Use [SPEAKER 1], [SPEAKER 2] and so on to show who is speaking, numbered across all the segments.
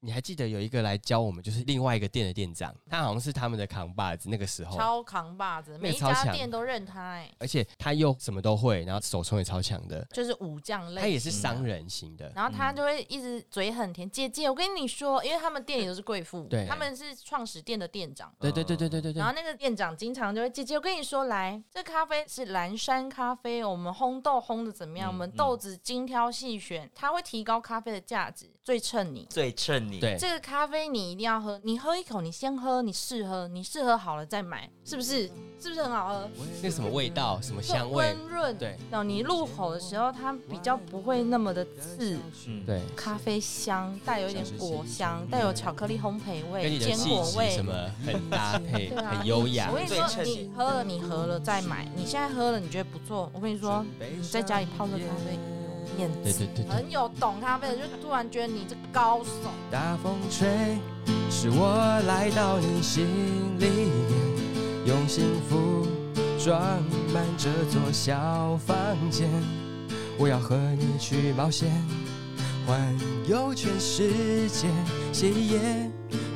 [SPEAKER 1] 你还记得有一个来教我们，就是另外一个店的店长，他好像是他们的扛把子那个时候，
[SPEAKER 2] 超扛把子，每一
[SPEAKER 1] 超
[SPEAKER 2] 家
[SPEAKER 1] 强
[SPEAKER 2] 店都认他、哎，
[SPEAKER 1] 而且他又什么都会，然后手冲也超强的，
[SPEAKER 2] 就是武将类型的。
[SPEAKER 1] 他也是嗯商人型的，
[SPEAKER 2] 然后他就会一直嘴很甜，姐姐，我跟你说，因为他们店里都是贵妇，
[SPEAKER 1] 对
[SPEAKER 2] 他们是创始店的店长。
[SPEAKER 1] 对对对对对对对
[SPEAKER 2] 然，后那个店长经常就会，姐姐，我跟你说，来，这咖啡是蓝山咖啡，我们烘豆烘的怎么样？
[SPEAKER 1] 嗯
[SPEAKER 2] 我们豆子精挑细选，它会提高咖啡的价值，最衬你。
[SPEAKER 3] 最衬你。
[SPEAKER 1] 对
[SPEAKER 2] 这个咖啡你一定要喝，你喝一口，你先喝，你试喝，你试喝好了再买，是不是？是不是很好喝？
[SPEAKER 1] 那什么味道，什么香味
[SPEAKER 2] 温，润，
[SPEAKER 1] 对
[SPEAKER 2] 然后你入口的时候，它比较不会那么的刺，
[SPEAKER 3] 嗯，
[SPEAKER 1] 对，
[SPEAKER 2] 咖啡香，带有一点果香，带有巧克力烘焙
[SPEAKER 1] 跟
[SPEAKER 2] 味、
[SPEAKER 1] 你的
[SPEAKER 2] 坚
[SPEAKER 1] 气
[SPEAKER 2] 果
[SPEAKER 1] 质
[SPEAKER 2] 味
[SPEAKER 1] 什。么很搭配，
[SPEAKER 2] 对啊，
[SPEAKER 1] 很优雅
[SPEAKER 2] 我。跟你
[SPEAKER 3] 最
[SPEAKER 2] 说，
[SPEAKER 3] 衬
[SPEAKER 2] 你喝了，你喝了再买。你现在喝了，你觉得不错。我跟你说，你在家里泡热咖啡，有面
[SPEAKER 1] 对
[SPEAKER 2] 子
[SPEAKER 1] 对对对，
[SPEAKER 2] 很有懂咖啡的，就突然觉得你这高手。
[SPEAKER 4] 大风吹，使我来到你心里面，用幸福装满这座小房间。我要和你去冒险，环游全世界，写一页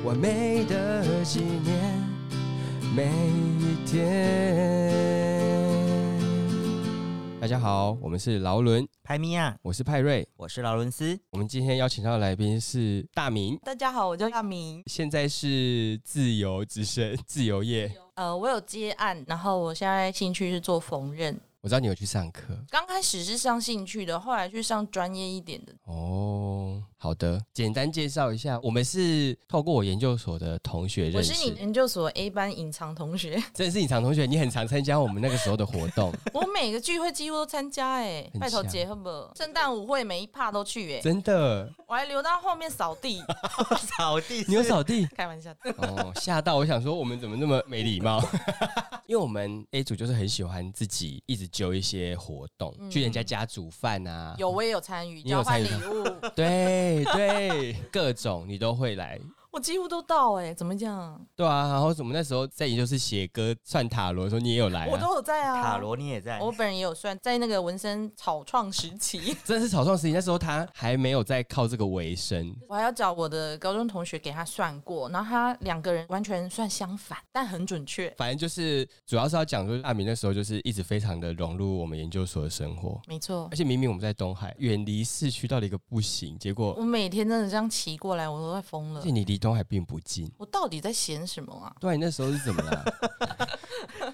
[SPEAKER 4] 完美的纪念，每一天。
[SPEAKER 1] 大家好，我们是劳伦，
[SPEAKER 3] 排米亚，
[SPEAKER 1] 我是派瑞，
[SPEAKER 3] 啊我是劳伦斯。
[SPEAKER 1] 我们今天邀请到的来宾是大明，
[SPEAKER 5] 大家好，我叫亚明。
[SPEAKER 1] 现在是自由之身，自由业。
[SPEAKER 2] 呃，我有接案，然后我现在兴趣是做缝纫。
[SPEAKER 1] 我知道你有去上课
[SPEAKER 2] 刚开始是上兴趣的，后来去上专业一点的。
[SPEAKER 1] 哦。好的，简单介绍一下，我们是透过我研究所的同学
[SPEAKER 2] 我
[SPEAKER 1] 认识。
[SPEAKER 2] 是你研究所 A 班隐藏同学，
[SPEAKER 1] 真的是你常同学，你很常参加我们那个时候的活 动，
[SPEAKER 2] 我每个聚会几乎都参加哎、
[SPEAKER 1] 很
[SPEAKER 2] 拜托
[SPEAKER 1] 强
[SPEAKER 2] 姐，好不好？圣诞舞会每一趴都去哎、
[SPEAKER 1] 真的。
[SPEAKER 2] 我还留到后面扫地，
[SPEAKER 3] 扫地，
[SPEAKER 1] 你有扫地
[SPEAKER 2] 开 玩笑。
[SPEAKER 1] 哦，吓到我想说我们怎么那么没礼貌， 因为我们 A 组就是很喜欢自己一直揪一些活动，
[SPEAKER 2] 嗯
[SPEAKER 1] 去人家家煮饭啊，
[SPEAKER 2] 有，我也有参与，
[SPEAKER 1] 你有
[SPEAKER 2] 交
[SPEAKER 1] 参
[SPEAKER 2] 换
[SPEAKER 1] 与
[SPEAKER 2] 礼物，
[SPEAKER 1] 对对，各种你都会来。
[SPEAKER 2] 我几乎都到哎、怎么讲？
[SPEAKER 1] 对啊，然后我们那时候在研究室写歌、算塔罗的时候，你也有来、啊，
[SPEAKER 2] 我都有在啊。
[SPEAKER 3] 塔，罗你也在。
[SPEAKER 2] 我本人也有算，在那个纹身草创时期，
[SPEAKER 1] 真的是草创时期。那时候他还没有在靠这个为生，
[SPEAKER 2] 我还要找我的高中同学给他算过，然后他两个人完全算相反，但很准确。
[SPEAKER 1] 反正就是主要是要讲，就是阿明那时候就是一直非常的融入我们研究所的生活，
[SPEAKER 2] 没错
[SPEAKER 1] 而，且明明我们在东海，远离市区到了一个不行，结果
[SPEAKER 2] 我每天真的这样骑过来，我都快疯
[SPEAKER 1] 而
[SPEAKER 2] 了
[SPEAKER 1] 且。你离东海并不近。
[SPEAKER 2] 我到底在闲什么啊？
[SPEAKER 1] 对啊，你那时候是怎么了？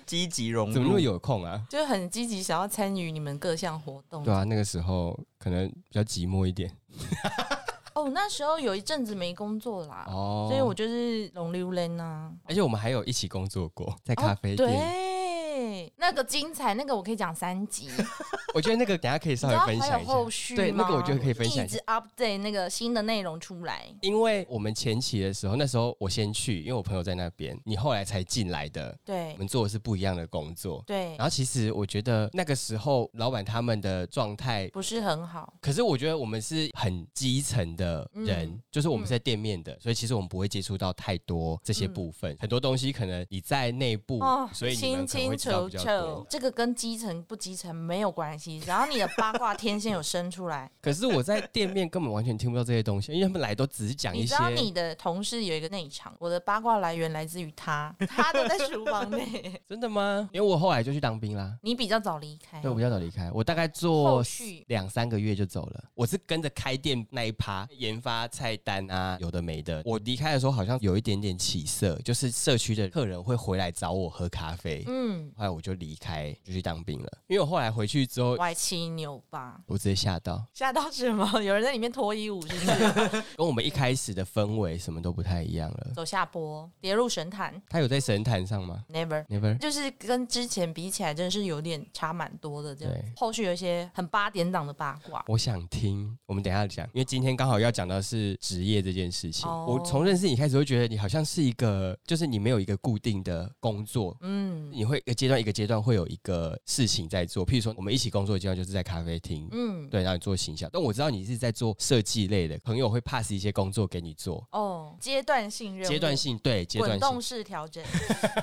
[SPEAKER 3] 积极融入，
[SPEAKER 1] 怎么那么有空啊？
[SPEAKER 2] 就是很积极想要参与你们各项活动。
[SPEAKER 1] 对啊，那个时候可能比较寂寞一点
[SPEAKER 2] 哦，那时候有一阵子没工作啦，
[SPEAKER 1] 哦，
[SPEAKER 2] 所以我就是龙溜人啊。
[SPEAKER 1] 而且我们还有一起工作过，在咖啡
[SPEAKER 2] 哦、
[SPEAKER 1] 店。
[SPEAKER 2] 对，那个精彩，那个我可以讲三 集，你
[SPEAKER 1] 我觉得那个等一下可以稍
[SPEAKER 2] 知
[SPEAKER 1] 微
[SPEAKER 2] 道
[SPEAKER 1] 分
[SPEAKER 2] 还
[SPEAKER 1] 享
[SPEAKER 2] 有
[SPEAKER 1] 一
[SPEAKER 2] 后
[SPEAKER 1] 下，
[SPEAKER 2] 续
[SPEAKER 1] 对那个
[SPEAKER 2] 吗
[SPEAKER 1] 我觉得可以分享
[SPEAKER 2] 一
[SPEAKER 1] 一下
[SPEAKER 2] 直 update 那个新的内容出来。
[SPEAKER 1] 因为我们前期的时候，那时候我先去，因为我朋友在那边，你后来才进来的。我
[SPEAKER 2] 对
[SPEAKER 1] 们做的是不一样的工作，
[SPEAKER 2] 对
[SPEAKER 1] 然，后其实我觉得那个时候老板他们的状态，
[SPEAKER 2] 不是很好。
[SPEAKER 1] 可是我觉得我们是很基层的人，
[SPEAKER 2] 嗯
[SPEAKER 1] 就是我们是在店面的，所以其实我们不会接触到太多这些部
[SPEAKER 2] 嗯
[SPEAKER 1] 分，很多东西可能你在内部，哦
[SPEAKER 2] 哦
[SPEAKER 1] 所以你
[SPEAKER 2] 清
[SPEAKER 1] 们可能会知
[SPEAKER 2] 清
[SPEAKER 1] 道
[SPEAKER 2] 楚
[SPEAKER 1] 比较多
[SPEAKER 2] 楚。，这个跟基层不基层没有关系。然后你的八卦天线有伸出来，
[SPEAKER 1] 可是我在店面根本完全听不到这些东西，因为他们来都只是讲一
[SPEAKER 2] 你
[SPEAKER 1] 些
[SPEAKER 2] 知道你的同事有一个内场，我的八卦来源来自于他，他都在厨房内。
[SPEAKER 1] 真的吗？因为我后来就去当兵啦。
[SPEAKER 2] 你比较早离开
[SPEAKER 1] 对，，我比较早离开，我大概做
[SPEAKER 2] 后续
[SPEAKER 1] 两三个月就走了。我是跟着开店那一趴研发菜单啊，有的没的。我离开的时候好像有一点点起色，就是社区的客人会回来找我喝咖啡。
[SPEAKER 2] 嗯，
[SPEAKER 1] 后来我就离开，就去当兵了。因为我后来回去之后，
[SPEAKER 2] 歪七扭八，
[SPEAKER 1] 我直接吓到，
[SPEAKER 2] 吓到什么？ 有人在里面脱衣舞，是不是？
[SPEAKER 1] 跟我们一开始的氛围什么都不太一样了。
[SPEAKER 2] 走下坡，跌入神坛
[SPEAKER 1] 他有在神坛上吗
[SPEAKER 2] ，never。
[SPEAKER 1] ？Never。
[SPEAKER 2] 就是跟之前比起来，真的是有点差蛮多的。这样
[SPEAKER 1] 对，
[SPEAKER 2] 后续有一些很八点档的八卦，
[SPEAKER 1] 我想听，我们等一下讲，因为今天刚好要讲到是职业这件事情。
[SPEAKER 2] 哦
[SPEAKER 1] 我从认识你开始，会觉得你好像是一个，就是你没有一个固定的工作，
[SPEAKER 2] 嗯，
[SPEAKER 1] 你会一个阶段一个阶段会有一个事情在做，譬如说我们一起工作的阶段就是在咖啡厅，
[SPEAKER 2] 嗯，
[SPEAKER 1] 对，让你做形象。但我知道你是在做设计类的，朋友会 pass 一些工作给你做，
[SPEAKER 2] 哦，阶段性任务，
[SPEAKER 1] 阶段性对阶
[SPEAKER 2] 滚
[SPEAKER 1] 段
[SPEAKER 2] 动
[SPEAKER 1] 性
[SPEAKER 2] 式调整，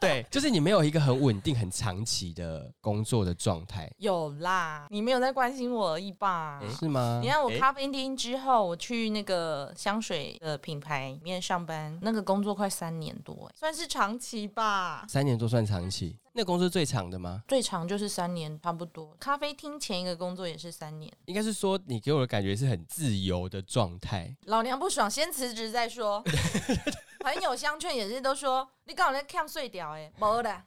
[SPEAKER 1] 对，就是你没有一个很稳定、很长期的工作的状态，
[SPEAKER 2] 有啦，你没有在关心我而已吧？
[SPEAKER 1] 是吗
[SPEAKER 2] 嗯你？看我
[SPEAKER 3] 诶
[SPEAKER 2] 咖啡厅之后，我去那个香水的品牌里面上班，那个工作快三年多、诶算是长期吧。
[SPEAKER 1] 三年多算长期，那工作最长的吗？
[SPEAKER 2] 最长就是三年，差不多。咖啡厅前一个工作也是三年，
[SPEAKER 1] 应该是说你给我的感觉是很自由的状态，
[SPEAKER 2] 老娘不爽，先辞职再说。朋友相劝也是都说，你刚好在 cam 碎屌哎，没啦，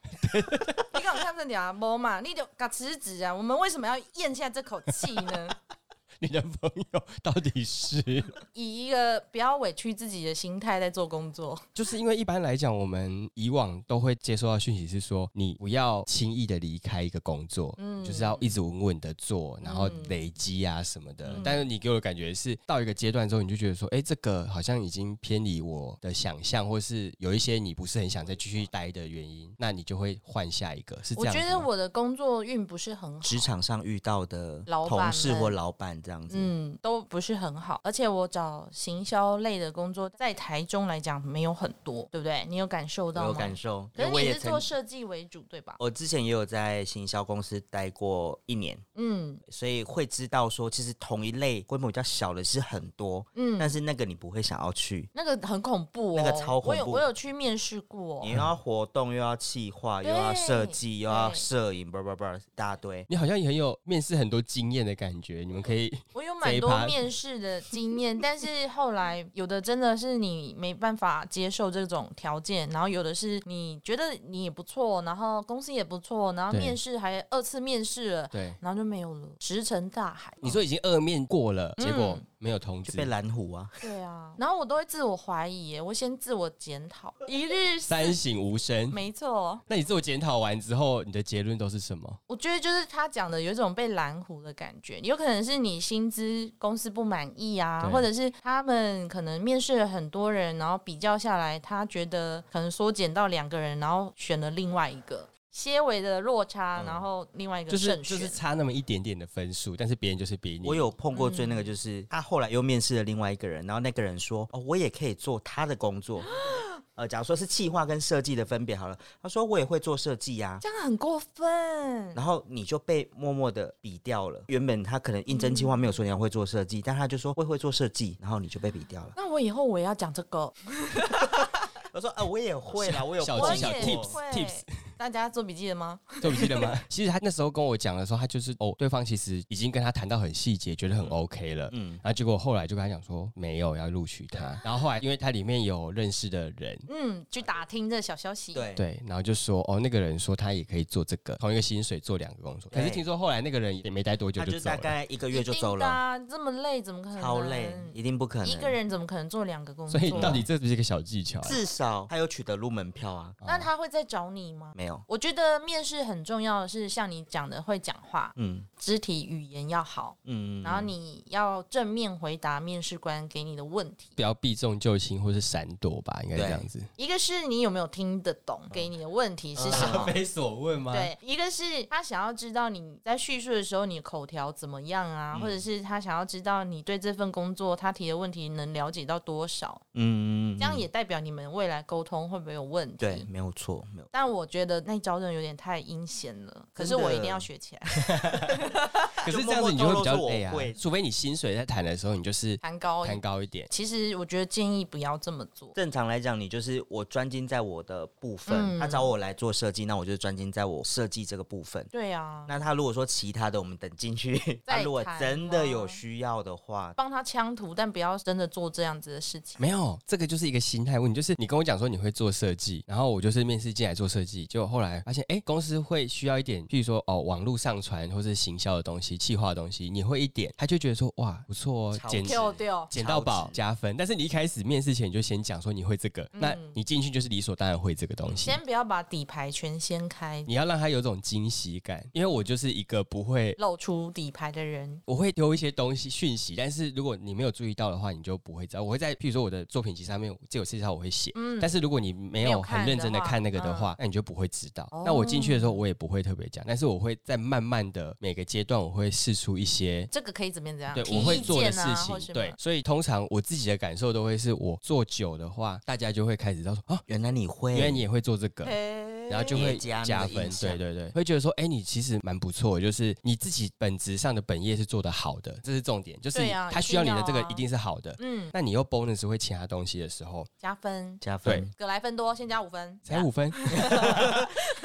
[SPEAKER 2] 你刚好 cam 碎屌啊，没嘛，你就敢辞职啊？我们为什么要咽下这口气呢？
[SPEAKER 1] 你的朋友到底是？
[SPEAKER 2] 以一个不要委屈自己的心态在做工作，
[SPEAKER 1] 就是因为一般来讲，我们以往都会接收到讯息是说，你不要轻易的离开一个工作，
[SPEAKER 2] 嗯
[SPEAKER 1] 就是要一直稳稳的做，然后
[SPEAKER 2] 嗯
[SPEAKER 1] 累积啊什么的。
[SPEAKER 2] 嗯
[SPEAKER 1] 但是你给我的感觉是，到一个阶段之后，你就觉得说，哎、这个好像已经偏离我的想象，或是有一些你不是很想再继续待的原因，那你就会换下一个，是这
[SPEAKER 2] 我
[SPEAKER 1] 样子
[SPEAKER 2] 觉
[SPEAKER 1] 吗。
[SPEAKER 2] 得我的工作运不是很好，
[SPEAKER 3] 职场上遇到的
[SPEAKER 2] 老板
[SPEAKER 3] 同事
[SPEAKER 2] 们
[SPEAKER 3] 或老板这样子，
[SPEAKER 2] 嗯，都不是很好，而且我找行销类的工作，在台中来讲没有很多，对不对？你有感受
[SPEAKER 3] 我
[SPEAKER 2] 到
[SPEAKER 3] 有
[SPEAKER 2] 吗？
[SPEAKER 3] 感受。
[SPEAKER 2] 可是
[SPEAKER 3] 我
[SPEAKER 2] 你
[SPEAKER 3] 也
[SPEAKER 2] 是做
[SPEAKER 3] 曾，
[SPEAKER 2] 设计为主，对吧？
[SPEAKER 3] 我之前也有在行销公司待过一年，
[SPEAKER 2] 嗯
[SPEAKER 3] 所以会知道说，其实同一类规模比较小的是很多，但
[SPEAKER 2] 嗯，
[SPEAKER 3] 是那个你不会想要去，
[SPEAKER 2] 那个很恐怖哦，
[SPEAKER 3] 那个超恐怖
[SPEAKER 2] 我有我有去面试过、
[SPEAKER 3] 你又要活动，又要企划，又要设计，又要摄影，叭叭叭，一大堆。
[SPEAKER 1] 你好像也很有面试很多经验的感觉，你们可以
[SPEAKER 2] 我有
[SPEAKER 1] 这一
[SPEAKER 2] 蛮多
[SPEAKER 1] 趴
[SPEAKER 2] 面试的经验，但是后来有的真的是你没办法接受这种条件，然后有的是你觉得你也不错，然后公司也不错，然后
[SPEAKER 1] 对，
[SPEAKER 2] 面试还二次面试了
[SPEAKER 1] 对。
[SPEAKER 2] 然后就没有了，石沉大海。
[SPEAKER 3] 哦
[SPEAKER 1] 你说已经二面过了，结果
[SPEAKER 2] 嗯
[SPEAKER 1] 没有通知
[SPEAKER 3] 就，被蓝虎啊，
[SPEAKER 2] 对啊，然后我都会自我怀疑耶，我先自我检讨，一日三，
[SPEAKER 1] 三省吾身。
[SPEAKER 2] 没错，
[SPEAKER 1] 那你自我检讨完之后，你的结论都是什么？
[SPEAKER 2] 我觉得就是他讲的有一种被蓝湖的感觉，有可能是你薪资公司不满意啊
[SPEAKER 1] 对，
[SPEAKER 2] 或者是他们可能面试了很多人，然后比较下来，他觉得可能缩减到两个人，然后选了另外一个，些微的落差，然后另外一个
[SPEAKER 1] 嗯就是
[SPEAKER 2] 胜
[SPEAKER 1] 就
[SPEAKER 2] 选，
[SPEAKER 1] 是差那么一点点的分数，但是别人就是比你。
[SPEAKER 3] 我有碰过最那个，就是他后来又面试了另外一个人，然后那个人说：“哦，我也可以做他的工 作。”呃，假如说是企划跟设计的分别好了，他说我也会做设计呀、
[SPEAKER 2] 这样很过分。
[SPEAKER 3] 然后你就被默默的比掉了。原本他可能应征计划没有说你要会做设计，但他就说会会做设计，然后你就被比掉了。
[SPEAKER 2] 那我以后我也要讲这个，
[SPEAKER 1] 哦
[SPEAKER 3] 我说啊，我也会啦，我有
[SPEAKER 1] 小
[SPEAKER 3] 碰
[SPEAKER 2] 我
[SPEAKER 1] 技
[SPEAKER 2] 也
[SPEAKER 1] 巧
[SPEAKER 3] 过
[SPEAKER 1] tips
[SPEAKER 2] 会
[SPEAKER 1] tips
[SPEAKER 2] 大家做笔记了吗？
[SPEAKER 1] 对不记得 吗？其实他那时候跟我讲的时候，他就是哦，对方其实已经跟他谈到很细节，觉得很 OK 了。
[SPEAKER 3] 嗯，
[SPEAKER 1] 然后结果后来就跟他讲说没有要录取他，然后后来因为他里面有认识的人，
[SPEAKER 2] 嗯，去打听这小消息。，
[SPEAKER 3] 对，
[SPEAKER 1] 对，然后就说哦那个人说他也可以做这个，同一个薪水做两个工作，可
[SPEAKER 3] 对
[SPEAKER 1] 是听说后来那个人也没待多久
[SPEAKER 3] 他就
[SPEAKER 1] 走
[SPEAKER 3] 大
[SPEAKER 1] 了，
[SPEAKER 3] 概一个
[SPEAKER 2] 一
[SPEAKER 3] 月
[SPEAKER 2] 定
[SPEAKER 3] 就走
[SPEAKER 2] 的
[SPEAKER 3] 了，
[SPEAKER 2] 啊，这么累怎么可能？
[SPEAKER 3] 超累，一定不可能。
[SPEAKER 2] 一个人怎么可能做两个工
[SPEAKER 1] 所
[SPEAKER 2] 作？
[SPEAKER 1] 以到底这不是一个小技巧啊？
[SPEAKER 3] 至少他有取得入门票啊，
[SPEAKER 2] 那他会再找你吗？
[SPEAKER 3] 没有，
[SPEAKER 2] 我觉得面试很重要的是，像你讲的会讲话，
[SPEAKER 3] 嗯
[SPEAKER 2] 肢体语言要好，
[SPEAKER 3] 嗯，
[SPEAKER 2] 然后你要正面回答面试官给你的问题。
[SPEAKER 1] 不要避重就轻或是闪躲吧，应该是
[SPEAKER 3] 对
[SPEAKER 1] 这样子。
[SPEAKER 2] 一个是你有没有听得懂
[SPEAKER 3] 嗯
[SPEAKER 2] 给你的问题
[SPEAKER 3] 啊
[SPEAKER 2] 是什么。
[SPEAKER 1] 非所问吗？
[SPEAKER 2] 对，一个是他想要知道你在叙述的时候你口条怎么样啊，
[SPEAKER 3] 嗯
[SPEAKER 2] 或者是他想要知道你对这份工作他提的问题能了解到多少，
[SPEAKER 3] 嗯，嗯嗯嗯
[SPEAKER 2] 这样也代表你们未来沟通会不会有问题。
[SPEAKER 3] 对，没有错，没有。
[SPEAKER 2] 但我觉得那招真的有点太阴险了，可是
[SPEAKER 3] 真的
[SPEAKER 2] 我一定要学起来，
[SPEAKER 1] 可是这样子你就会比较累
[SPEAKER 3] 就默默透露
[SPEAKER 1] 啊
[SPEAKER 3] 说我会，
[SPEAKER 1] 除非你薪水在谈的时候，你就是
[SPEAKER 2] 弹高。
[SPEAKER 1] 谈高一点。
[SPEAKER 2] 其实我觉得建议不要这么做，
[SPEAKER 3] 正常来讲，你就是我专精在我的部分，
[SPEAKER 2] 嗯
[SPEAKER 3] 他找我来做设计，那我就专精在我设计这个部分。
[SPEAKER 2] 对啊，
[SPEAKER 3] 那他如果说其他的，我们等进去，
[SPEAKER 2] 再
[SPEAKER 3] 他如果
[SPEAKER 2] 谈
[SPEAKER 3] 真的
[SPEAKER 2] 吗
[SPEAKER 3] 有需要的话，
[SPEAKER 2] 帮他枪图，但不要真的做这样子的事情。
[SPEAKER 1] 没有，这个就是一个心态问题。就是你跟我讲说你会做设计，然后我就是面试进来做设计，结果后来发现，哎，公司会需要一点，譬如说哦，网络上传或是行销的东西、企划的东西，你会一点，他就觉得说哇，不错哦，
[SPEAKER 3] 超
[SPEAKER 1] 捡
[SPEAKER 3] 值
[SPEAKER 2] 丢丢，
[SPEAKER 1] 捡到宝
[SPEAKER 3] 超值
[SPEAKER 1] 加分。但是你一开始面试前你就先讲说你会这个，那你进去就是理所当然会这个东西。
[SPEAKER 2] 先不要把底牌全掀开，
[SPEAKER 1] 你要让他有种惊喜感，因为我就是一个不会
[SPEAKER 2] 露出底牌的人。
[SPEAKER 1] 我会丢一些东西讯息，但是如果你没有注意到的话，你就不会知道。我会在譬如说我的作品集上面，这有介绍我会写，
[SPEAKER 2] 嗯
[SPEAKER 1] 但是如果你没
[SPEAKER 2] 没
[SPEAKER 1] 有
[SPEAKER 2] 有看
[SPEAKER 1] 很认真的
[SPEAKER 2] 的话
[SPEAKER 1] 看那个的话，那你就不会知道。
[SPEAKER 2] 哦
[SPEAKER 1] 那我进去的时候，我也不会特别讲，但是我会在慢慢的每个阶段，我会试出一些。
[SPEAKER 2] 这个可以怎么样？怎么样？
[SPEAKER 1] 对，
[SPEAKER 2] 提
[SPEAKER 1] 我会
[SPEAKER 2] 意
[SPEAKER 1] 做的
[SPEAKER 2] 见
[SPEAKER 1] 事
[SPEAKER 2] 啊
[SPEAKER 1] 情，
[SPEAKER 2] 或是
[SPEAKER 1] 对
[SPEAKER 2] 什，
[SPEAKER 1] 所以通常我自己的感受都会是我做久的话，大家就会开始知道说啊，
[SPEAKER 3] 原来你会，
[SPEAKER 1] 原来你也会做这个
[SPEAKER 2] 么，嘿
[SPEAKER 1] 然后就
[SPEAKER 3] 也
[SPEAKER 1] 会
[SPEAKER 3] 加那
[SPEAKER 1] 加
[SPEAKER 3] 个
[SPEAKER 1] 分
[SPEAKER 3] 印，象
[SPEAKER 1] 对对对，会觉得说，哎，你其实蛮不错，就是你自己本质上的本业是做得好的，这是重点，就是
[SPEAKER 2] 对
[SPEAKER 1] 你
[SPEAKER 2] 啊
[SPEAKER 1] 他
[SPEAKER 2] 一
[SPEAKER 1] 需
[SPEAKER 2] 定
[SPEAKER 1] 要你的
[SPEAKER 2] 要
[SPEAKER 1] 这个
[SPEAKER 2] 啊
[SPEAKER 1] 一定是好的，
[SPEAKER 2] 嗯，
[SPEAKER 1] 那你又 bonus 会其他东西的时候，
[SPEAKER 2] 加分，
[SPEAKER 3] 加分。
[SPEAKER 2] 葛莱芬多先加五分，
[SPEAKER 1] 才五分，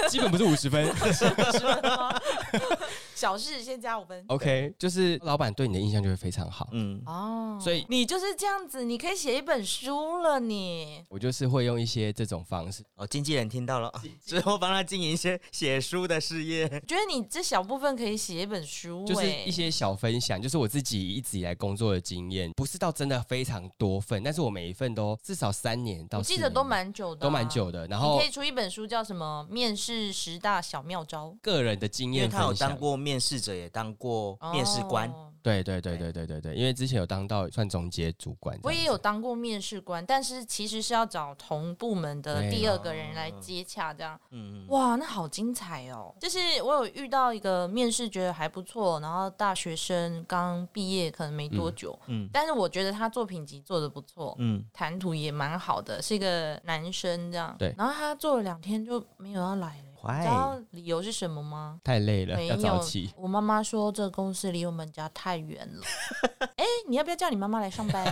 [SPEAKER 1] 基本不是五十分。哦
[SPEAKER 2] 十分吗 小事先加五分
[SPEAKER 1] OK，就是老板对你的印象就会非常好，
[SPEAKER 3] 嗯，
[SPEAKER 2] 哦。
[SPEAKER 1] 所以
[SPEAKER 2] 你就是这样子，你可以写一本书了你。
[SPEAKER 1] 我就是会用一些这种方式。
[SPEAKER 3] 哦，经纪人听到了，之后帮他经营一些写书的事业。
[SPEAKER 2] 我觉得你这小部分可以写一本书、欸，
[SPEAKER 1] 就是一些小分享，就是我自己一直以来工作的经验，不是到真的非常多份，但是我每一份都至少三年到
[SPEAKER 2] 我
[SPEAKER 1] 四
[SPEAKER 2] 记
[SPEAKER 1] 年，
[SPEAKER 2] 得都蛮久的、啊
[SPEAKER 1] 都蛮。久的。然
[SPEAKER 2] 你
[SPEAKER 1] 后
[SPEAKER 2] 可以出一本书，叫什么《面试十大小妙招
[SPEAKER 1] 个人的经
[SPEAKER 3] 因为
[SPEAKER 1] 验
[SPEAKER 3] 他有
[SPEAKER 1] 分
[SPEAKER 3] 当
[SPEAKER 1] 享，
[SPEAKER 3] 过面试者，也当过》面试官，
[SPEAKER 2] 哦
[SPEAKER 1] 对对对对对对对，因为之前有当到算总结主管，
[SPEAKER 2] 我也有，当过面试官，但是其实是要找同部门的
[SPEAKER 1] 对啊
[SPEAKER 2] 第二个人来接洽，这样。
[SPEAKER 3] 嗯，嗯
[SPEAKER 2] 哇，那好精彩哦！就是我有遇到一个面试，觉得还不错，然后大学生刚毕业，可能没多久，
[SPEAKER 3] 嗯
[SPEAKER 2] 但是我觉得他作品集做的不错，
[SPEAKER 3] 嗯，
[SPEAKER 2] 谈吐也蛮好的，是一个男生这样。
[SPEAKER 1] 对哎
[SPEAKER 2] 然后他做了两天就没有要来了，你知道
[SPEAKER 3] 坏，
[SPEAKER 2] 理由是什么吗？
[SPEAKER 1] 太累了，
[SPEAKER 2] 没
[SPEAKER 1] 啊要早
[SPEAKER 2] 有
[SPEAKER 1] 起，，
[SPEAKER 2] 我妈妈说这个公司离我们家太远了。哎、你要不要叫你妈妈来上班？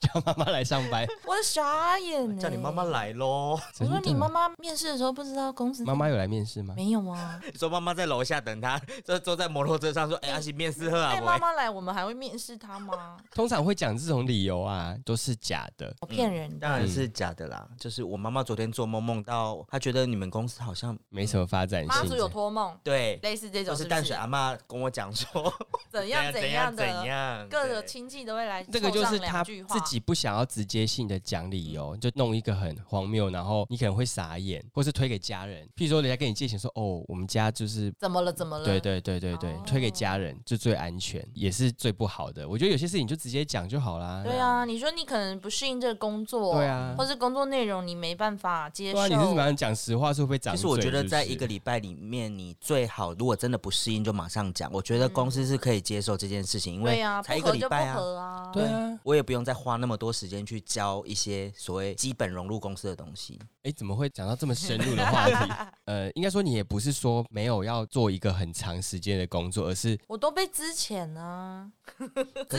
[SPEAKER 1] 叫妈妈来上 班。
[SPEAKER 2] 我傻眼、欸，
[SPEAKER 3] 叫你妈妈。来喽。
[SPEAKER 2] 我说
[SPEAKER 1] 真的
[SPEAKER 2] 你妈妈面试的时候不知道公司
[SPEAKER 1] 啊妈妈有来面试吗？
[SPEAKER 2] 没有啊？
[SPEAKER 3] 说妈妈在楼下等他，坐坐在摩托车上说：“哎、阿信面试喝啊，
[SPEAKER 2] 带妈
[SPEAKER 3] 喂。
[SPEAKER 2] 妈来，我们还会面试她吗？
[SPEAKER 1] 通常会讲这种理由啊，都是假的。
[SPEAKER 2] 我骗人”的。
[SPEAKER 3] 当然是假的啦，就是我妈妈昨天做梦梦到，她觉得你们公司好像
[SPEAKER 1] 没什么发展性。
[SPEAKER 2] 妈祖有托梦，
[SPEAKER 3] 对，
[SPEAKER 2] 类似这种
[SPEAKER 3] 就是是
[SPEAKER 2] 不
[SPEAKER 3] 淡水阿妈跟我讲说
[SPEAKER 2] 怎样
[SPEAKER 3] 怎
[SPEAKER 2] 样
[SPEAKER 3] 怎
[SPEAKER 2] 的，
[SPEAKER 3] 样，
[SPEAKER 2] 各个
[SPEAKER 3] 对
[SPEAKER 2] 亲戚都会来。
[SPEAKER 1] 这个就是
[SPEAKER 2] 两
[SPEAKER 1] 他
[SPEAKER 2] 句话嗯
[SPEAKER 1] 自。己不想要直接性的讲理由，就弄一个很荒谬，然后你可能会傻眼，或是推给家人。譬如说，人家跟你借钱说：“哦，我们家就是……”
[SPEAKER 2] 怎么了？怎么了？
[SPEAKER 1] 对对对对对，
[SPEAKER 2] 哦
[SPEAKER 1] 推给家人就最安全，也是最不好的。我觉得有些事情就直接讲就好啦。
[SPEAKER 2] 对啊，你说你可能不适应这个工作，
[SPEAKER 1] 对啊
[SPEAKER 2] 或是工作内容你没办法
[SPEAKER 1] 对
[SPEAKER 2] 接受。
[SPEAKER 1] 啊，你是怎么样讲实话是会被长
[SPEAKER 3] 其
[SPEAKER 1] 嘴？
[SPEAKER 3] 实我觉得，
[SPEAKER 1] 是不
[SPEAKER 3] 在
[SPEAKER 1] 是
[SPEAKER 3] 一个礼拜里面，你最好如果真的不适应，就马上讲。我觉得公司是可以接受这件事情，因
[SPEAKER 2] 对
[SPEAKER 3] 为
[SPEAKER 2] 啊，
[SPEAKER 3] 才
[SPEAKER 2] 不
[SPEAKER 3] 一个
[SPEAKER 2] 合
[SPEAKER 3] 礼
[SPEAKER 2] 就不
[SPEAKER 3] 拜啊。
[SPEAKER 2] 合啊。
[SPEAKER 1] 对啊，
[SPEAKER 3] 我也不用再花那么多时间去教一些所谓基本融入公司的东 西。
[SPEAKER 1] 哎，怎么会讲到这么深入的话题？呃，应该说你也不是说没有要做一个很长时间的工作，而是
[SPEAKER 2] 我都被之前呢、 啊，
[SPEAKER 3] 可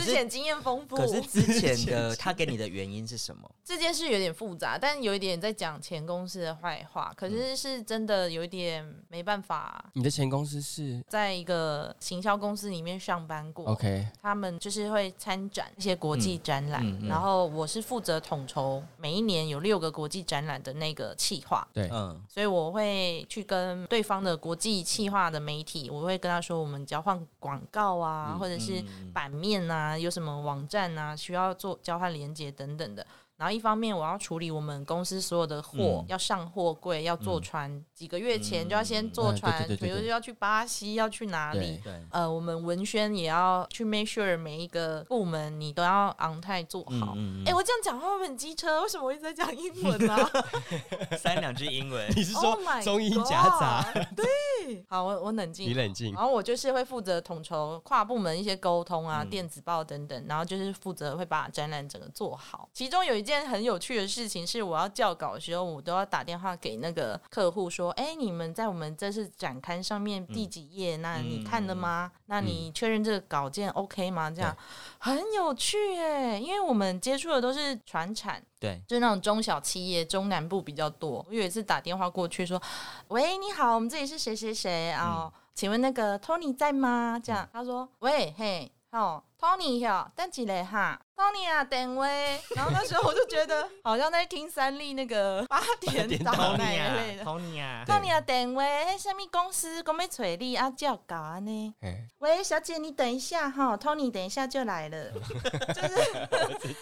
[SPEAKER 2] 之
[SPEAKER 3] 是
[SPEAKER 2] 前经验丰富，
[SPEAKER 3] 可是之前的他给你的原因是什 么？
[SPEAKER 2] 这件事有点复杂，但有一点在讲前公司的坏话，
[SPEAKER 3] 嗯
[SPEAKER 2] 可是是真的有一点没办法。
[SPEAKER 1] 你的前公司是
[SPEAKER 2] 在一个行销公司里面上班过
[SPEAKER 1] OK，
[SPEAKER 2] 他们就是会参展一些国际展览，
[SPEAKER 3] 哦嗯嗯嗯
[SPEAKER 2] 然后我是负责统筹每一年有六个国际展览的那个企划，
[SPEAKER 1] 对，
[SPEAKER 3] 嗯，
[SPEAKER 2] 所以我会去跟对方的国际企划的媒体，我会跟他说我们交换广告啊，或者是
[SPEAKER 3] 嗯
[SPEAKER 2] 版面啊，有什么网站啊，需要做交换连接等等的。然后一方面我要处理我们公司所有的货，
[SPEAKER 3] 嗯
[SPEAKER 2] 要上货柜，要坐船，几个月前就要先坐
[SPEAKER 1] 嗯
[SPEAKER 2] 船，
[SPEAKER 1] 对对对对
[SPEAKER 2] 比如
[SPEAKER 1] 对
[SPEAKER 2] 要去巴西，要去哪里
[SPEAKER 1] 对。
[SPEAKER 3] 对，嗯
[SPEAKER 2] 呃，我们文宣也要去 make sure 每一个部门你都要 on time 做
[SPEAKER 3] 嗯
[SPEAKER 2] 好。哎、
[SPEAKER 3] 嗯
[SPEAKER 2] 我这样讲话会不会很机车？为什么我一直在讲英文呢、啊？
[SPEAKER 3] 嗯 三两句英文
[SPEAKER 1] ，你是
[SPEAKER 2] Oh
[SPEAKER 1] 说
[SPEAKER 2] my
[SPEAKER 1] 中英夹杂？
[SPEAKER 2] God？对， 哦好，我我冷静，
[SPEAKER 1] 你冷静
[SPEAKER 2] 然后我就是会负责统筹跨部门一些沟通啊，
[SPEAKER 3] 嗯
[SPEAKER 2] 电子报等等，然后就是负责会把展览整个做好。其中有一件很有趣的事情是，我要校稿的时候，我都要打电话给那个客户说：“哎，你们在我们这次展刊上面第几页？那你看了吗？那你确认这个稿件 OK 吗？”这样很有趣哎，因为我们接触的都是传产。
[SPEAKER 3] 对，
[SPEAKER 2] 就是那种中小企业，中南部比较多。我有一次打电话过去说：“喂，你好，我们这里是谁谁谁啊？请问那个 Tony 在吗？”这样，他说：“喂，嘿，哦，Tony 哟，等几嘞哈，Tony 啊，等喂。”然后那时候我就觉得好像在听三立那个八点
[SPEAKER 1] 点
[SPEAKER 2] 档
[SPEAKER 1] 档
[SPEAKER 2] 那一类
[SPEAKER 3] Tony 啊
[SPEAKER 2] 的。
[SPEAKER 3] ，Tony 啊，
[SPEAKER 2] Tony 啊，等喂，嘿，什么公司讲要找你啊？叫搞啊呢？
[SPEAKER 1] 哎，
[SPEAKER 2] 喂，小姐，你等一下哈，Tony 等一下就来了， 就是